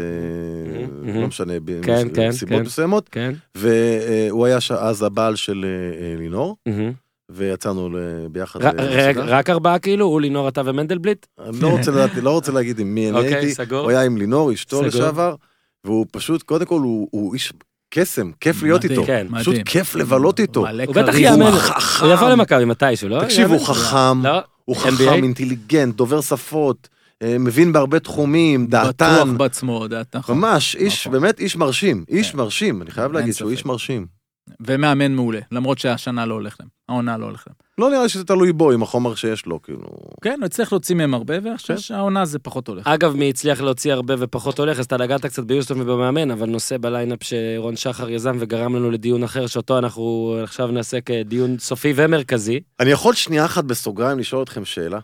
מהמם, מהמם.
לא משנה, ב-
כן, כן,
בסיבות
כן.
מסוימות,
כן.
והוא היה ש- אז הבעל של אה, אה, לינור,
מהמם.
ויצאנו ל- ביחד. אה,
ר- ר-
למסעדה.
רק ארבעה כאילו? אולי, נור, אתה ומנדלבליט?
אני לא רוצה לדעת- לא רוצה להגיד עם מי אני
אוקיי,
הייתי.
סגור.
הוא היה עם לינור, אשתו
סגור.
לשעבר, והוא פשוט, קודם כל, הוא- הוא איש קסם, כיף להיות
מדהים,
איתו.
כן.
מדהים.
פשוט כיף לבלות איתו.
מלא
הוא בטח
כריזמה.
יאמן.
הוא חכם.
הוא יבוא למכבי מתישהו, לא?
תקשיב,
יאמן?
הוא חכם,
לא.
הוא
NBA?
חכם, אינטליגנט, דובר שפות, אה, מבין בהרבה תחומים, דעתן.
בטוח בעצמו, דעת נכון.
ממש, איש,
נכון.
באמת איש מרשים. איש
כן.
מרשים, אני חייב
אין
להגיד שהוא
ספק.
איש מרשים.
ומאמן מעולה, למרות שהשנה לא הולך להם, העונה לא הולך להם.
לא נראה לי שזה תלוי בו, עם החומר שיש לו, כאילו.
כן, הוא הצליח להוציא מהם הרבה, ועכשיו העונה זה פחות הולך.
אגב, מי הצליח להוציא הרבה ופחות הולך, אז אתה נגעת קצת ביוסטון ובמאמן, אבל נושא בליינאפ שרון שחר יזם וגרם לנו לדיון אחר, שאותו אנחנו עכשיו נעשה כדיון סופי ומרכזי.
אני יכול שנייה אחת בסוגריים לשאול אתכם שאלה?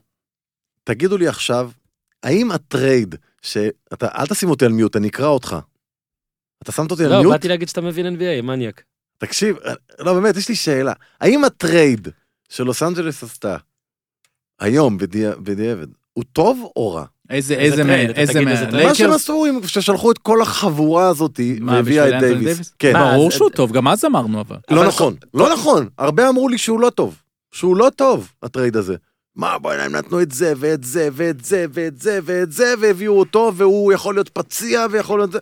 תגידו לי עכשיו, האם הטרייד, שאתה, אל תשים אותי על מיוט, אני אקרא אותך. אתה שמת אותי על
לא,
מיוט?
באתי להגיד שאתה מבין NBA, מניאק.
תקשיב, לא, באמת, יש לי שאלה. האם הטרייד שלוס אנג'לס עשתה היום בדיע- בדיעבד, הוא טוב או רע?
אה, איזה, איזה,
טרייד,
מה-
אתה
איזה,
תגיד
מה-
איזה טרייד.
מה
לייקרס-
שהם עשו, הם- ששלחו את כל החבורה הזאת,
מה,
והביאה
בשביל
את
אנתוני
דייוויס.
דייוויס?
כן.
מה,
ברור
אז-
שהוא טוב, גם אז אמרנו אבל.
לא
אבל-
נכון, לא נכון. הרבה אמרו לי שהוא לא טוב. שהוא לא טוב, הטרייד הזה. מה, בוא'נה, הם נתנו את זה, ואת זה, ואת זה, ואת זה, ואת זה, והביאו אותו, והוא יכול להיות פציע, ויכול להיות... זה.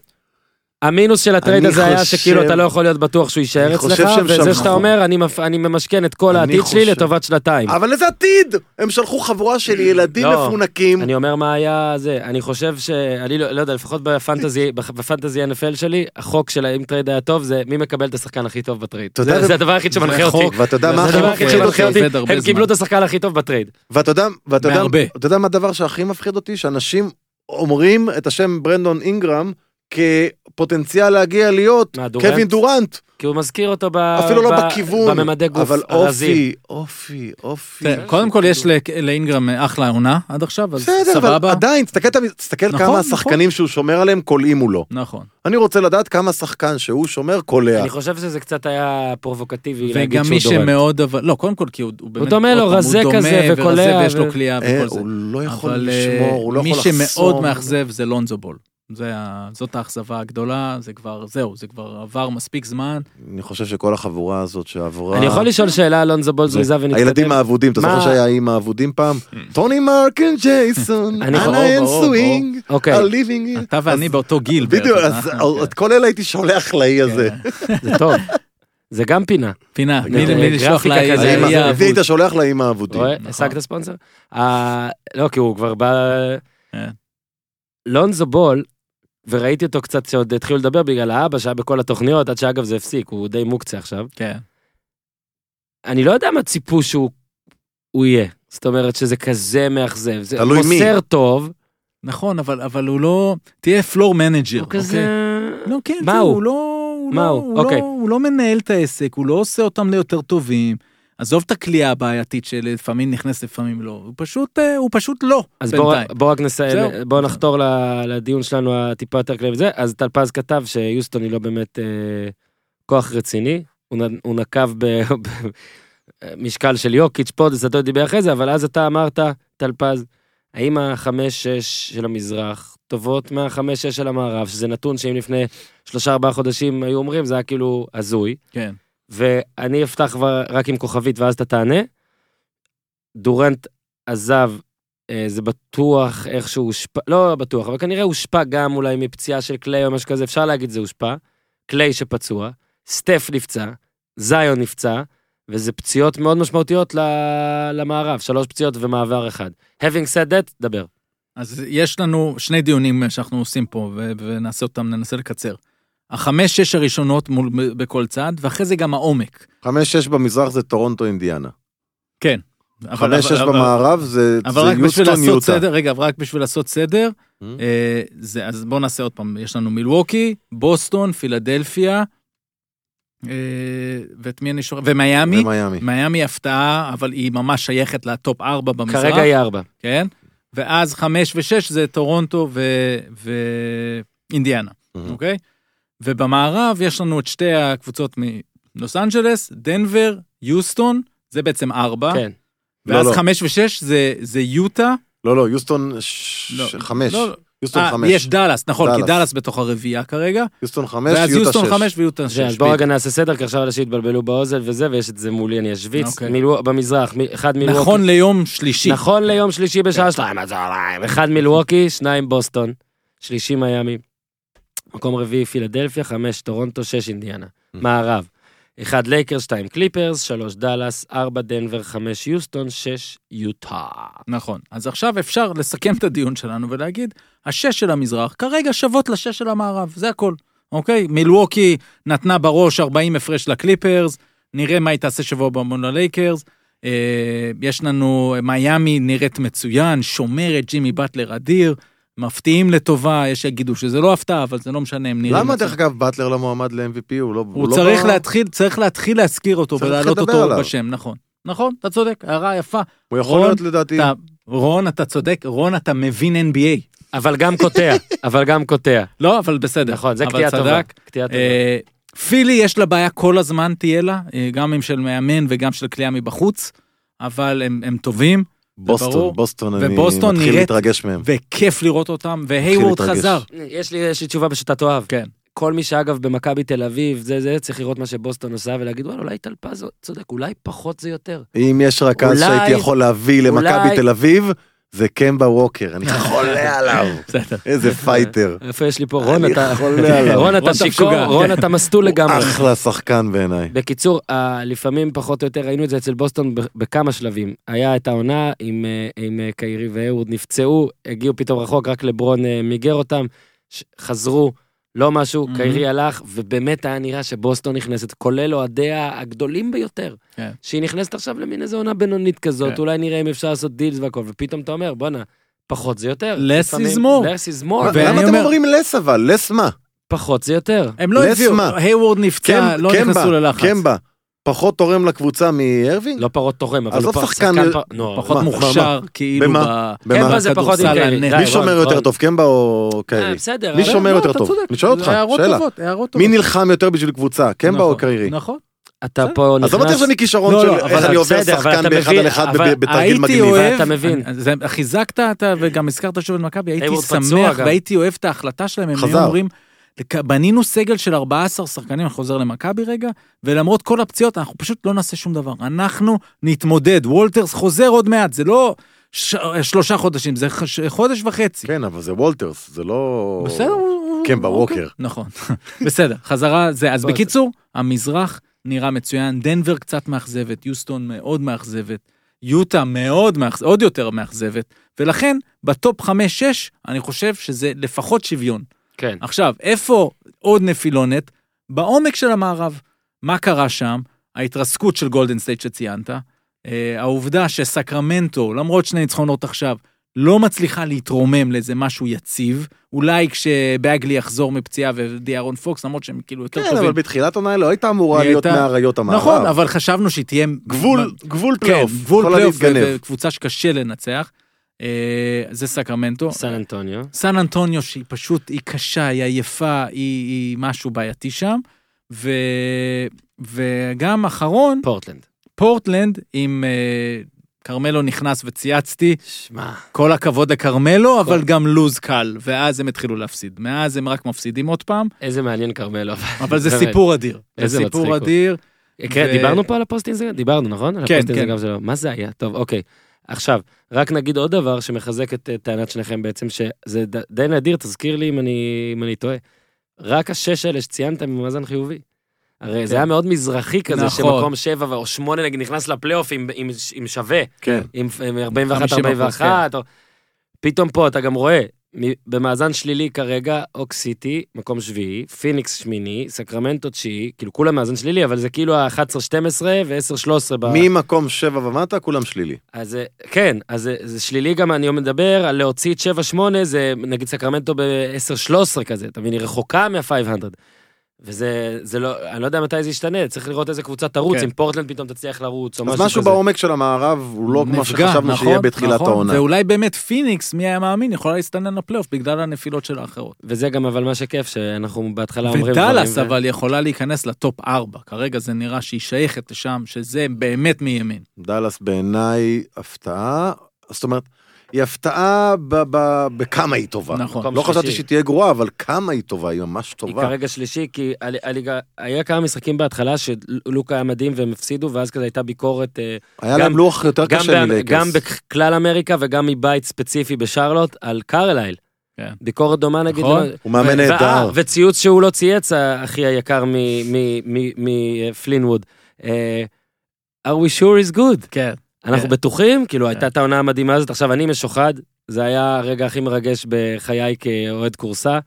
המינוס של הטרייד
אני
הזה היה
חושב-
שכאילו אתה לא יכול להיות בטוח שהוא יישאר
אני
אצלך,
חושב שהם
וזה
שמחו.
שאתה אומר, "אני מפ- אני ממשכן את כל
אני
העתיד שלי
חושב-
לטובת שנתיים.
אבל איזה עתיד! הם שלחו חבורה של ילדים
לא.
מפונקים.
אני אומר מה היה זה, אני חושב ש... אני לא, לא יודע, לפחות בפנטזי, בפנטזי NFL שלי, החוק של האם טרייד היה טוב זה מי מקבל את השחקן הכי טוב בטרייד.
אתה יודע,
זה,
ו-
זה הדבר היחיד שמנחה
זה
אותי.
חוק, ואתה יודע מה
זה
הכי
הדבר
חוק,
היחיד
מפחיד
זה
אותי?
שמנחה
עובד
אותי,
הרבה
הם קיבלו
זמן.
את השחקן הכי טוב בטרייד.
ואתה יודע, ואתה יודע,
מהרבה.
אתה יודע מה הדבר שהכי מפחיד אותי? שאנשים אומרים את השם ברנדון אינגרם כפוטנציאל להגיע להיות
מה, דורנט?
קווין דורנט,
כי הוא מזכיר אותו ב...
אפילו לא
ב-
בכיוון,
בממדי גוף
אבל
הרזים.
אופי, אופי, אופי.
תראה, כן, קודם
כן.
כל יש ל- לאינגרם אחלה עונה עד עכשיו, אז
בסדר, אבל
סבבה.
עדיין, תסתכל, תמיד- תסתכל
נכון,
כמה
נכון.
השחקנים שהוא שומר עליהם קולעים מולו.
נכון.
אני רוצה לדעת כמה השחקן שהוא שומר קולע.
אני חושב שזה קצת היה פרובוקטיבי להגיד
וגם מי
שהוא דורנט.
שמאוד, אבל, לא, קודם כל, כי הוא הוא באמת...
דומה לו,
עוד פעם, הוא
רזה
דומה
כזה
ורזה
וקולע
ויש
ו-
לו קליעה
אה,
וכל זה.
הוא לא יכול
אבל אה,
לשמור, הוא לא
מי
יכול לחסום.
שמאוד מאכזב זה לונזו בול. זה ה- זאת האכזבה הגדולה, זה כבר, זהו, זה כבר עבר מספיק זמן.
אני חושב שכל החבורה הזאת שעברה...
אני יכול לשאול שאלה, אלונזו בול זריזה ונתקדם.
הילדים האבודים, אתה זוכר
מה-
שהיה עם האבודים פעם? טוני מרק אנד ג'ייסון,
אני חושב-
אנה אנד
ברור, ברור.
סווינג,
אוקיי,
are living it.
אתה ואני באותו גיל.
בדיוק,
בערך,
אז
אנחנו- כן.
את כל אלה הייתי שולח לאי הזה.
זה טוב. זה גם פינה.
פינה,
זה
מי
גם
מי לשלוח
גרפיקה
לה
כזה,
האמא-
האי
איזה
את היית שולח לאמא האבודים.
רואה?
נכון.
השגת ספונסר? אה, לא, כי הוא כבר בא...
כן.
לונזו בול, וראיתי אותו קצת כשעוד התחילו לדבר בגלל האבא שהיה בכל התוכניות, עד שאגב זה הפסיק, הוא די מוקצה עכשיו.
כן.
אני לא יודע מה ציפו שהוא הוא יהיה. זאת אומרת שזה כזה מאכזב. זה
תלוי מי.
מוסר טוב,
נכון, אבל אבל הוא לא... תהיה פלור מנג'ר,
הוא
אוקיי?
כזה...
לא, כן,
מה
זה,
הוא?
הוא לא... הוא
מה
לא-
הוא?
הוא לא-
אוקיי.
הוא לא מנהל את העסק, הוא לא עושה אותם ליותר טובים. עזוב את הכלייה הבעייתית שלפעמים נכנס, לפעמים לא. הוא פשוט, אה, הוא פשוט לא.
אז בוא,
בינתיים.
בוא רק נסיים,
זהו.
בוא נחתור ל- לדיון שלנו הטיפה יותר כללי וזה. אז טלפז כתב שיוסטון היא לא באמת אה, כוח רציני, הוא, נ, הוא נקב במשקל של יוקיץ' פודס, אתה דיבר אחרי זה, אבל אז אתה אמרת, טלפז, האם החמש-שש של המזרח טובות מהחמש-שש של המערב, שזה נתון שאם לפני שלושה-ארבעה חודשים היו אומרים, זה היה כאילו הזוי.
כן.
ואני אפתח כבר רק עם כוכבית ואז אתה תענה. דורנט עזב, אה, זה בטוח איכשהו הושפע, לא בטוח, אבל כנראה הושפע גם אולי מפציעה של קליי או משהו כזה, אפשר להגיד זה הושפע. קליי שפצוע, סטף נפצע, זיון נפצע, וזה פציעות מאוד משמעותיות ל- למערב, שלוש פציעות ומעבר אחד. Having said that, דבר.
אז יש לנו שני דיונים אה, שאנחנו עושים פה, ו- ונעשה אותם, ננסה לקצר. החמש, שש הראשונות מול, בכל צד, ואחרי זה גם העומק.
חמש, שש במזרח זה טורונטו אינדיאנה.
כן. אבל-
חמש,
אבל-
שש
אבל-
במערב זה
אבל
זה
רק בשביל
יוסטון
לעשות
יוטה.
סדר, רגע, אבל רק בשביל לעשות סדר, אה, זה, אז בואו נעשה עוד פעם, יש לנו מילווקי, בוסטון, פילדלפיה, אה, ואת מי אני שורק? ומיאמי.
ומיאמי.
מיאמי הפתעה, אבל היא ממש שייכת לטופ 4 במזרח.
כרגע היא ארבע.
כן? ואז חמש ושש זה טורונטו ו- ואינדיאנה,
מהמם.
אוקיי? ובמערב יש לנו את שתי הקבוצות מלוס אנג'לס, דנבר, יוסטון, זה בעצם ארבע.
כן.
ואז
לא, לא.
חמש ושש זה, זה יוטה.
לא, לא, יוסטון ש-
לא,
חמש.
לא, לא.
יוסטון
אה,
חמש.
יש דאלאס, נכון, כי
דאלאס.
דאלאס בתוך הרביעייה כרגע.
יוסטון חמש,
ואז
יוטה
יוסטון
שש.
חמש ויוטה שש.
אז בואו רגע
בדיוק.
נעשה סדר, כי עכשיו אנשים התבלבלו באוזן וזה, ויש את זה מולי, אני אשוויץ.
אוקיי.
מילוו- במזרח, מ- אחד מילווקי.
נכון ליום שלישי.
לא אוקיי. נכון ליום שלישי בשעה שתיים בצהריים. אחד מילווקי, שניים בוסטון, שלישי מיאמי. מקום רביעי פילדלפיה, חמש טורונטו, שש אינדיאנה. מערב. אחד לייקרס, שתיים קליפרס, שלוש דאלאס, ארבע דנבר, חמש יוסטון, שש יוטה.
נכון. אז עכשיו אפשר לסכם את הדיון שלנו ולהגיד, השש של המזרח כרגע שוות לשש של המערב, זה הכל. אוקיי? מילווקי נתנה בראש 40 הפרש לקליפרס, נראה מה היא תעשה שבוע הבא מול הלייקרס. אה, יש לנו, מיאמי נראית מצוין, שומרת, ג'ימי באטלר אדיר, מפתיעים לטובה, יש שיגידו שזה לא הפתעה, אבל זה לא משנה, הם נראים...
למה
מצוין.
דרך אגב באטלר לא מועמד ל-MVP? הוא לא...
הוא
לא
צריך
בא-
להתחיל, צריך להתחיל להזכיר אותו
צריך
ולהעלות
לדבר
אותו
עליו.
בשם, נכון. נכון, אתה צודק, הערה יפה.
הוא יכול להיות לדעתי...
אתה, רון, אתה צודק, רון, אתה מבין NBA.
אבל גם קוטע, אבל גם קוטע.
לא, אבל בסדר.
נכון, זה
אבל
קטיעה טובה.
צדק.
קטיעה טובה.
אה, פילי יש לה בעיה כל הזמן, תהיה לה, אה, גם עם של מאמן וגם של כליאה מבחוץ, אבל הם, הם טובים, ברור.
בוסטון, בוסטון, אני
ובוסטון
מתחיל
נראית-
להתרגש מהם.
וכיף לראות אותם, והייוורד
להתרגש.
חזר.
יש לי, יש לי תשובה שאתה תאהב.
כן.
כל מי שאגב במכבי תל אביב, זה זה, צריך לראות מה שבוסטון עושה ולהגיד, וואלה, אולי טלפז צודק, אולי פחות זה יותר.
אם יש רכז
אולי-
שהייתי יכול להביא
אולי-
למכבי תל אביב, זה קמבה ווקר, אני חולה עליו.
בסדר.
איזה פייטר.
איפה יש לי פה, רון,
אני
אתה...
חולה עליו.
רון,
רון, אתה
אתה
שיכור,
משוגע.
רון, אתה מסטול לגמרי.
אחלה שחקן בעיניי.
בקיצור, אה, לפעמים פחות או יותר ראינו את זה אצל בוסטון ב- בכמה שלבים. היה את העונה עם, אה, עם אה, קיירי והאירוד, נפצעו, הגיעו פתאום רחוק, רק לברון אה, מיגר אותם, ש- חזרו, לא משהו,
Mhm.
קיירי הלך, ובאמת היה נראה שבוסטון נכנסת, כולל אוהדיה הגדולים ביותר.
כן.
שהיא נכנסת עכשיו למין איזו עונה בינונית כזאת,
כן.
אולי נראה אם אפשר לעשות דילס והכל, ופתאום אתה אומר, בואנה, פחות זה יותר.
Less
לפעמים-
is more.
less is more,
ואני
למה אתם
אומר-
אומרים לס אבל? לס מה?
פחות זה יותר.
הם לא הביאו,
לסמה.
הייוורד נפצע,
קמב-
לא נכנסו
קמבה,
ללחץ.
קמבה. כן פחות תורם לקבוצה מארווינג?
לא פחות תורם, אבל
אז
הוא
לא
פח-
שחקן-
פח- נו,
פחות
מה,
מוכשר, כאילו,
במה?
ב-
במה?
קמבה זה פחות עם
בכדורסל
קיירי,
הנט.
די,
מי
רון,
שומר
רון.
יותר טוב, כן. קמבה או
אה,
קיירי?
בסדר,
מי
אבל-
שומר
לא,
יותר
אתה
טוב?
צודק,
אני שואל אותך,
זה הערות
שאלה.
טובות, הערות
מי כן
טובות.
נלחם יותר בשביל קבוצה, קמבה או
נכון,
קיירי?
נכון.
אתה פה נכנס...
עזוב אותך שאני כישרון
לא,
של
לא,
איך
אבל
אני עובר
בסדר, אבל אתה
שחקן באחד
מבין,
על אחד
אבל
ב- בתרגיל
הייתי
מגניב.
אוהב,
אתה מבין.
אני- זה- חיזקת אתה וגם הזכרת שוב את מכבי, הייתי
הייוורד פצוע
שמח
גם.
והייתי אוהב את ההחלטה שלהם, הם היו
חזר.
אומרים, "לק- בנינו סגל של 14 שחקנים, אני חוזר למכבי רגע, ולמרות כל הפציעות אנחנו פשוט לא נעשה שום דבר, אנחנו נתמודד, וולטרס חוזר עוד מעט, זה לא ש- שלושה חודשים, זה חש- חודש וחצי.
כן, אבל זה וולטרס, זה לא...
בסדר, הוא-
כן,
הוא-
בווקר.
אוקיי, נכון, בסדר, חזרה זה, אז
בוא,
בקיצור, המזרח נראה מצוין, דנבר קצת מאכזבת, יוסטון מאוד מאכזבת, יוטה מאוד מאכזבת, עוד יותר מאכזבת, ולכן בטופ 5-6 אני חושב שזה לפחות שוויון.
כן.
עכשיו, איפה עוד נפילונת? בעומק של המערב. מה קרה שם? ההתרסקות של גולדן סטייט שציינת, אה, העובדה שסקרמנטו, למרות שני ניצחונות עכשיו, לא מצליחה להתרומם לאיזה משהו יציב, אולי כשבאגלי יחזור מפציעה ודיארון פוקס, למרות שהם כאילו יותר
כן, אבל
טובים.
בתחילת עונה לא הייתה אמורה
היא
להיות
הייתה-
מאריות המערב.
נכון, אבל חשבנו שהיא תהיה...
גבול, גבול
כן,
פלייאוף.
גבול
יכולה
פלייאוף,
להתגנב.
ו- וקבוצה שקשה לנצח. אה, זה סקרמנטו.
סן אנטוניו.
סן אנטוניו שהיא פשוט, היא קשה, היא עייפה, היא, היא משהו בעייתי שם. ו... וגם אחרון,
פורטלנד.
פורטלנד עם אה, כרמלו נכנס וצייצתי,
שמע,
כל הכבוד לכרמלו,
נכון.
אבל גם לוז קל, ואז הם התחילו להפסיד. מאז הם רק מפסידים עוד פעם,
איזה מעניין כרמלו.
אבל זה
באמת.
סיפור אדיר.
איזה
זה סיפור
מצחיק הוא.
אדיר.
כן,
ו-
דיברנו פה על הפוסט אינסטגרם? דיברנו, נכון? על
כן,
הפוסט
כן.
אינסטגרם שלו. מה זה היה? טוב, אוקיי. עכשיו, רק נגיד עוד דבר שמחזק את אה, טענת שניכם בעצם, שזה ד- די נדיר, תזכיר לי אם אני אם אני טועה. רק השש האלה שציינתם במאזן חיובי. הרי זה
כן.
היה מאוד מזרחי כזה,
נכון.
שמקום שבע או שמונה נגיד נכנס לפלייאוף עם- עם עם שווה.
כן.
עם
50%,
41-41, או... פתאום פה אתה גם רואה, מ- במאזן שלילי כרגע, אוק סיטי, מקום שביעי, פיניקס שמיני, סקרמנטו תשיעי, כאילו כולם מאזן שלילי, אבל זה כאילו ה-11-12 ו-10-13 ב...
ממקום שבע ומטה, כולם שלילי.
אז אה, כן, אז זה- זה שלילי גם, אני מדבר על להוציא את 7-8, זה נגיד סקרמנטו ב-10-13 כזה, אתה מבין, היא רחוקה מה-500. וזה זה לא, אני לא יודע מתי זה ישתנה, צריך לראות איזה קבוצה תרוץ,
כן.
אם פורטלנד פתאום תצליח לרוץ או משהו
אז
כזה.
משהו בעומק של המערב הוא לא כמו
נפגע,
שחשבנו שיהיה
נכון,
בתחילת
נכון.
העונה.
ואולי באמת פיניקס, מי היה מאמין, יכולה להסתנן לפלייאוף בגלל הנפילות של האחרות.
וזה גם אבל מה שכיף, שאנחנו בהתחלה אומרים
ודאלאס
דברים, כן. ו-
אבל יכולה להיכנס לטופ 4, כרגע זה נראה שהיא שייכת לשם, שזה באמת מימין.
דאלאס בעיניי הפתעה, זאת אומרת, היא הפתעה ב- ב- בכמה היא טובה.
נכון.
לא
מקום
חשבתי
שלישי.
שהיא תהיה גרועה, אבל כמה היא טובה, היא ממש
היא
טובה.
כרגע שלישי, כי הל- הליגה, היה כמה משחקים בהתחלה שלוקה היה מדהים והם הפסידו, ואז כזה הייתה ביקורת, אה,
היה
גם-
להם לוח יותר
גם,
לא קשה
ב- גם
מלייקרס.
בכלל אמריקה וגם מבית ספציפי בשרלוט, על קרלייל.
כן.
ביקורת דומה נגיד.
נכון.
למה-
הוא מאמן
ו-
נהדר.
ואה, וציוץ שהוא לא צייץ, האחי היקר מפלינווד. אה, are we sure is good?
כן.
אנחנו
כן.
בטוחים? כאילו,
כן.
הייתה את העונה המדהימה הזאת, עכשיו אני משוחד, זה היה הרגע הכי מרגש בחיי כאוהד כורסה.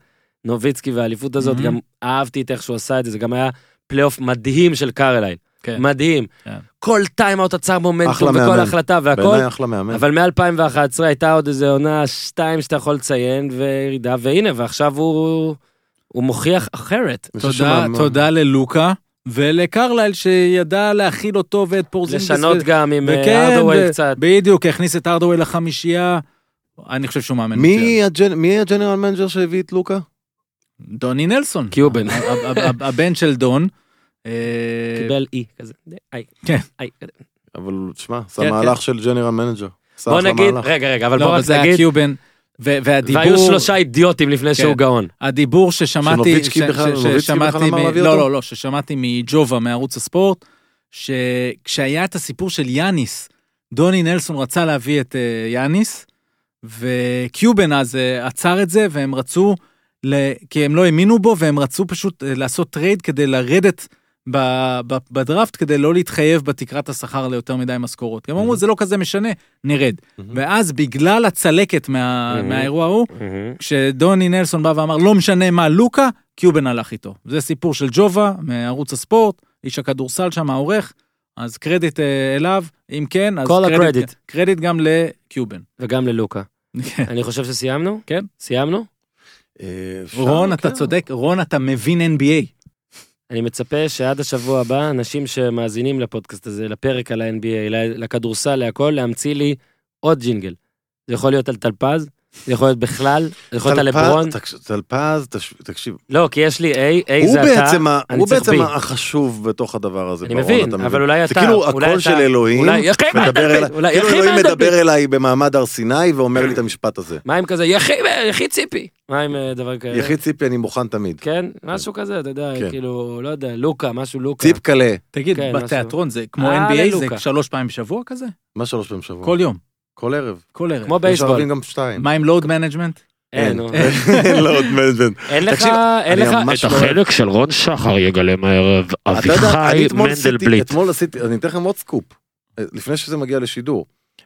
נוביצקי והאליפות הזאת,
Mhm.
גם אהבתי את איך שהוא עשה את זה, זה גם היה פלייאוף מדהים של קרלייל.
כן.
מדהים.
כן.
כל טיימאוט עצר
אחלה
מומנטום
מאמן.
וכל החלטה והכל.
בעיניי אחלה מאמן.
אבל מ-2011 הייתה עוד איזה עונה שתיים שאתה יכול לציין, וירידה, והנה, ועכשיו הוא, הוא מוכיח אחרת.
אני חושב שהוא
תודה,
מאמן.
תודה ללוקה ולקרלייל שידע להכיל אותו ואת פורזינגס.
לשנות
ו-
גם עם
וכן,
ארדווי
ב-
קצת.
בדיוק, הכניס את ארדווי לחמישייה. אני חושב שהוא מאמן. מצוין.
מי הג'נ- מי הג'נרל מנג'ר שהביא את לוקה?
דוני נלסון.
קיובן.
ה- ה- ה- ה- הבן של דון. אה,
קיבל אי כזה. איי.
כן.
איי כזה.
אבל תשמע, זה
כן,
מהלך של ג'נרל מנג'ר. עשה
בוא
אחלה
נגיד,
מהלך.
רגע, רגע, אבל
לא,
בוא
אבל
רק
זה היה
נגיד,
קיובן. ו-
והיו
והדיבור,
שלושה אידיוטים לפני
כן.
שהוא גאון.
הדיבור ששמעתי,
שנוביצקי
ש-
בכלל-
ש-
נוביצקי בכלל
ששמעתי,
אמר
מ-
להביא
לא
אותו?
לא לא, ששמעתי מג'ובה מערוץ הספורט, שכשהיה את הסיפור של יאניס, דוני נלסון רצה להביא את אה, יאניס, וקיובן אז אה, עצר את זה, והם רצו, ל- כי הם לא האמינו בו, והם רצו פשוט אה, לעשות טרייד כדי לרדת ב- ב- בדראפט, כדי לא להתחייב בתקרת השכר ליותר מדי משכורות. הם אמרו, זה לא כזה משנה, נרד. ואז בגלל הצלקת מה-
Mhm.
מהאירוע ההוא,
מהמם.
כשדוני נלסון בא ואמר לא משנה מה לוקה, קיובן הלך איתו. זה סיפור של ג'ובה מערוץ הספורט, איש הכדורסל שם העורך, אז קרדיט אה, אליו, אם כן, אז
כל
קרדיט,
הקרדיט.
קרדיט גם לקיובן.
וגם ללוקה. אני חושב שסיימנו?
כן.
סיימנו?
אה, אפשר,
רון, אתה
כן.
צודק, רון, אתה מבין NBA.
אני מצפה שעד השבוע הבא, אנשים שמאזינים לפודקאסט הזה, לפרק על ה-NBA, ל- לכדורסל, להכל, להמציא לי עוד ג'ינגל. זה יכול להיות על טלפז, זה יכול להיות בכלל, זה יכול להיות על
טלפז-
לברון.
תקש- טלפז, תש- תקשיב,
לא, כי יש לי A, A
הוא
זה אתה.
בעצם, ה-
אני
הוא
צריך
בעצם
בי.
החשוב בתוך הדבר הזה.
אני
ברון,
מבין,
אתה
אבל אולי אתה.
זה כאילו
אולי
הקול
אתה-
של אלוהים,
אולי יחי
מדבר אליי,
מנדלבליט, אולי
כאילו
יחי
אלוהים
מנדלבליט.
מדבר אליי במעמד הר סיני ואומר לי את המשפט הזה.
מה עם כזה, יחי יחי ציפי. מה עם אה, דבר כזה?
יחיד ציפי אני מוכן תמיד.
כן, משהו כזה, אתה יודע,
כן.
כאילו, לא יודע, לוקה, משהו לוקה.
ציפ קלה,
תגיד,
כן,
בתיאטרון זה כמו
אה,
NBA, זה
ללוקה.
שלוש פעמים בשבוע כזה?
מה שלוש פעמים בשבוע?
כל יום,
כל ערב.
כל ערב.
כמו
יש ערבים
בייסבול.
גם שתיים.
מה עם לואוד מנג'מנט?
אין, נו.
לא, עוד מזן.
אין לך,
תקשיב,
אין
אני
לך, אה,
ממש
את
לא אוהב.
החלק של רון שחר יגלם הערב
אתה יודע, אני
אביחי
אתמול עשיתי,
מנדלבליט.
אתמול עשיתי, אני אתן לכם עוד סקופ, אה, לפני שזה מגיע לשידור.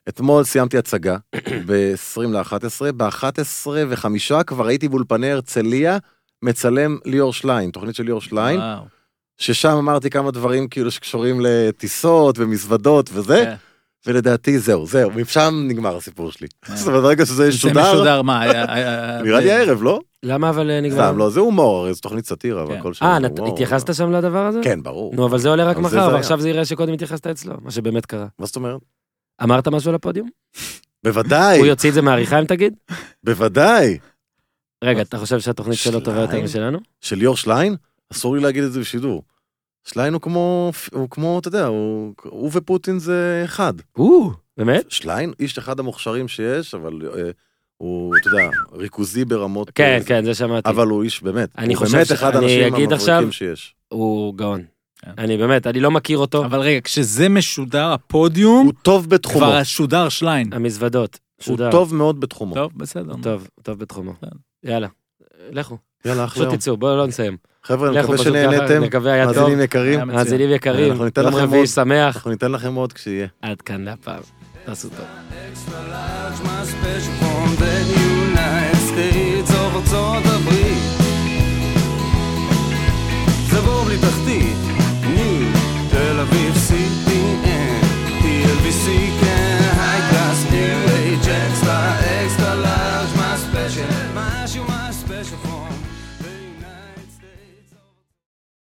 אתמול סיימתי הצגה ב-20 ל-11, ב-11 וחמישה כבר הייתי באולפני הרצליה, מצלם ליאור שליין, תוכנית של ליאור שליין,
וואו.
ששם אמרתי כמה דברים כאילו שקשורים לטיסות ומזוודות וזה,
כן.
ולדעתי זהו, זהו, משם נגמר הסיפור שלי.
אה.
זאת אומרת, ברגע שזה
זה
ישודר,
משודר, מה? אה, היה- היה-
נראה לי הערב, לא?
למה אבל אה, כן. נגמר?
סתם, לא, זה הומור, הרי זו תוכנית סאטירה, אבל
כן.
כל שם
אה,
זה
נת-
הומור.
התייחסת שם לדבר הזה?
כן, ברור.
נו, אבל זה עולה רק
אבל זה
מחר,
זה
ועכשיו זה יראה שקודם התייחסת אצלו, מה שבאמת קרה.
מה זאת אומרת?
אמרת משהו על הפודיום?
בוודאי,
הוא יוציא את זה מעריכה אם תגיד?
בוודאי.
רגע, אתה חושב שהתוכנית שלו טובה יותר
שניים.
משלנו?
של ליאור שליין, אסור לי להגיד את זה בשידור. שליין הוא כמו, הוא כמו, אתה יודע, הוא, הוא ופוטין זה אחד.
או, באמת?
שליין, איש אחד המוכשרים שיש, אבל אה, הוא, אתה יודע, ריכוזי ברמות...
כן,
אה,
כן, זה שמעתי.
אבל הוא איש באמת,
אני
הוא
חושב
באמת
ש-
אחד
אני
האנשים
אגיד
המבריקים
עכשיו-
שיש.
הוא גאון.
כן.
אני באמת, אני לא מכיר אותו.
אבל רגע, כשזה משודר, הפודיום,
הוא טוב בתחומו,
כבר שודר שליין.
המזוודות.
הוא
שודר.
טוב מאוד בתחומו.
טוב, בסדר. נו.
טוב, טוב בתחומו.
כן.
יאללה, לכו,
יאללה, אחלה
פשוט
יום.
תצאו, בואו לא נסיים.
חבר'ה, אני
לכו
מקווה
פשוט ככה,
שנהנתם,
נקווה היה טוב.
מאזינים יקרים,
היה מצוין.
מאזינים יקרים,
אנחנו ניתן
יום
לכם
רביעי
עוד.
שמח.
אנחנו ניתן לכם עוד כשיהיה.
עד כאן להפעם. תעשו טוב.
extra large, my special from the United States. ארצות הברית זה בור בלי תחתית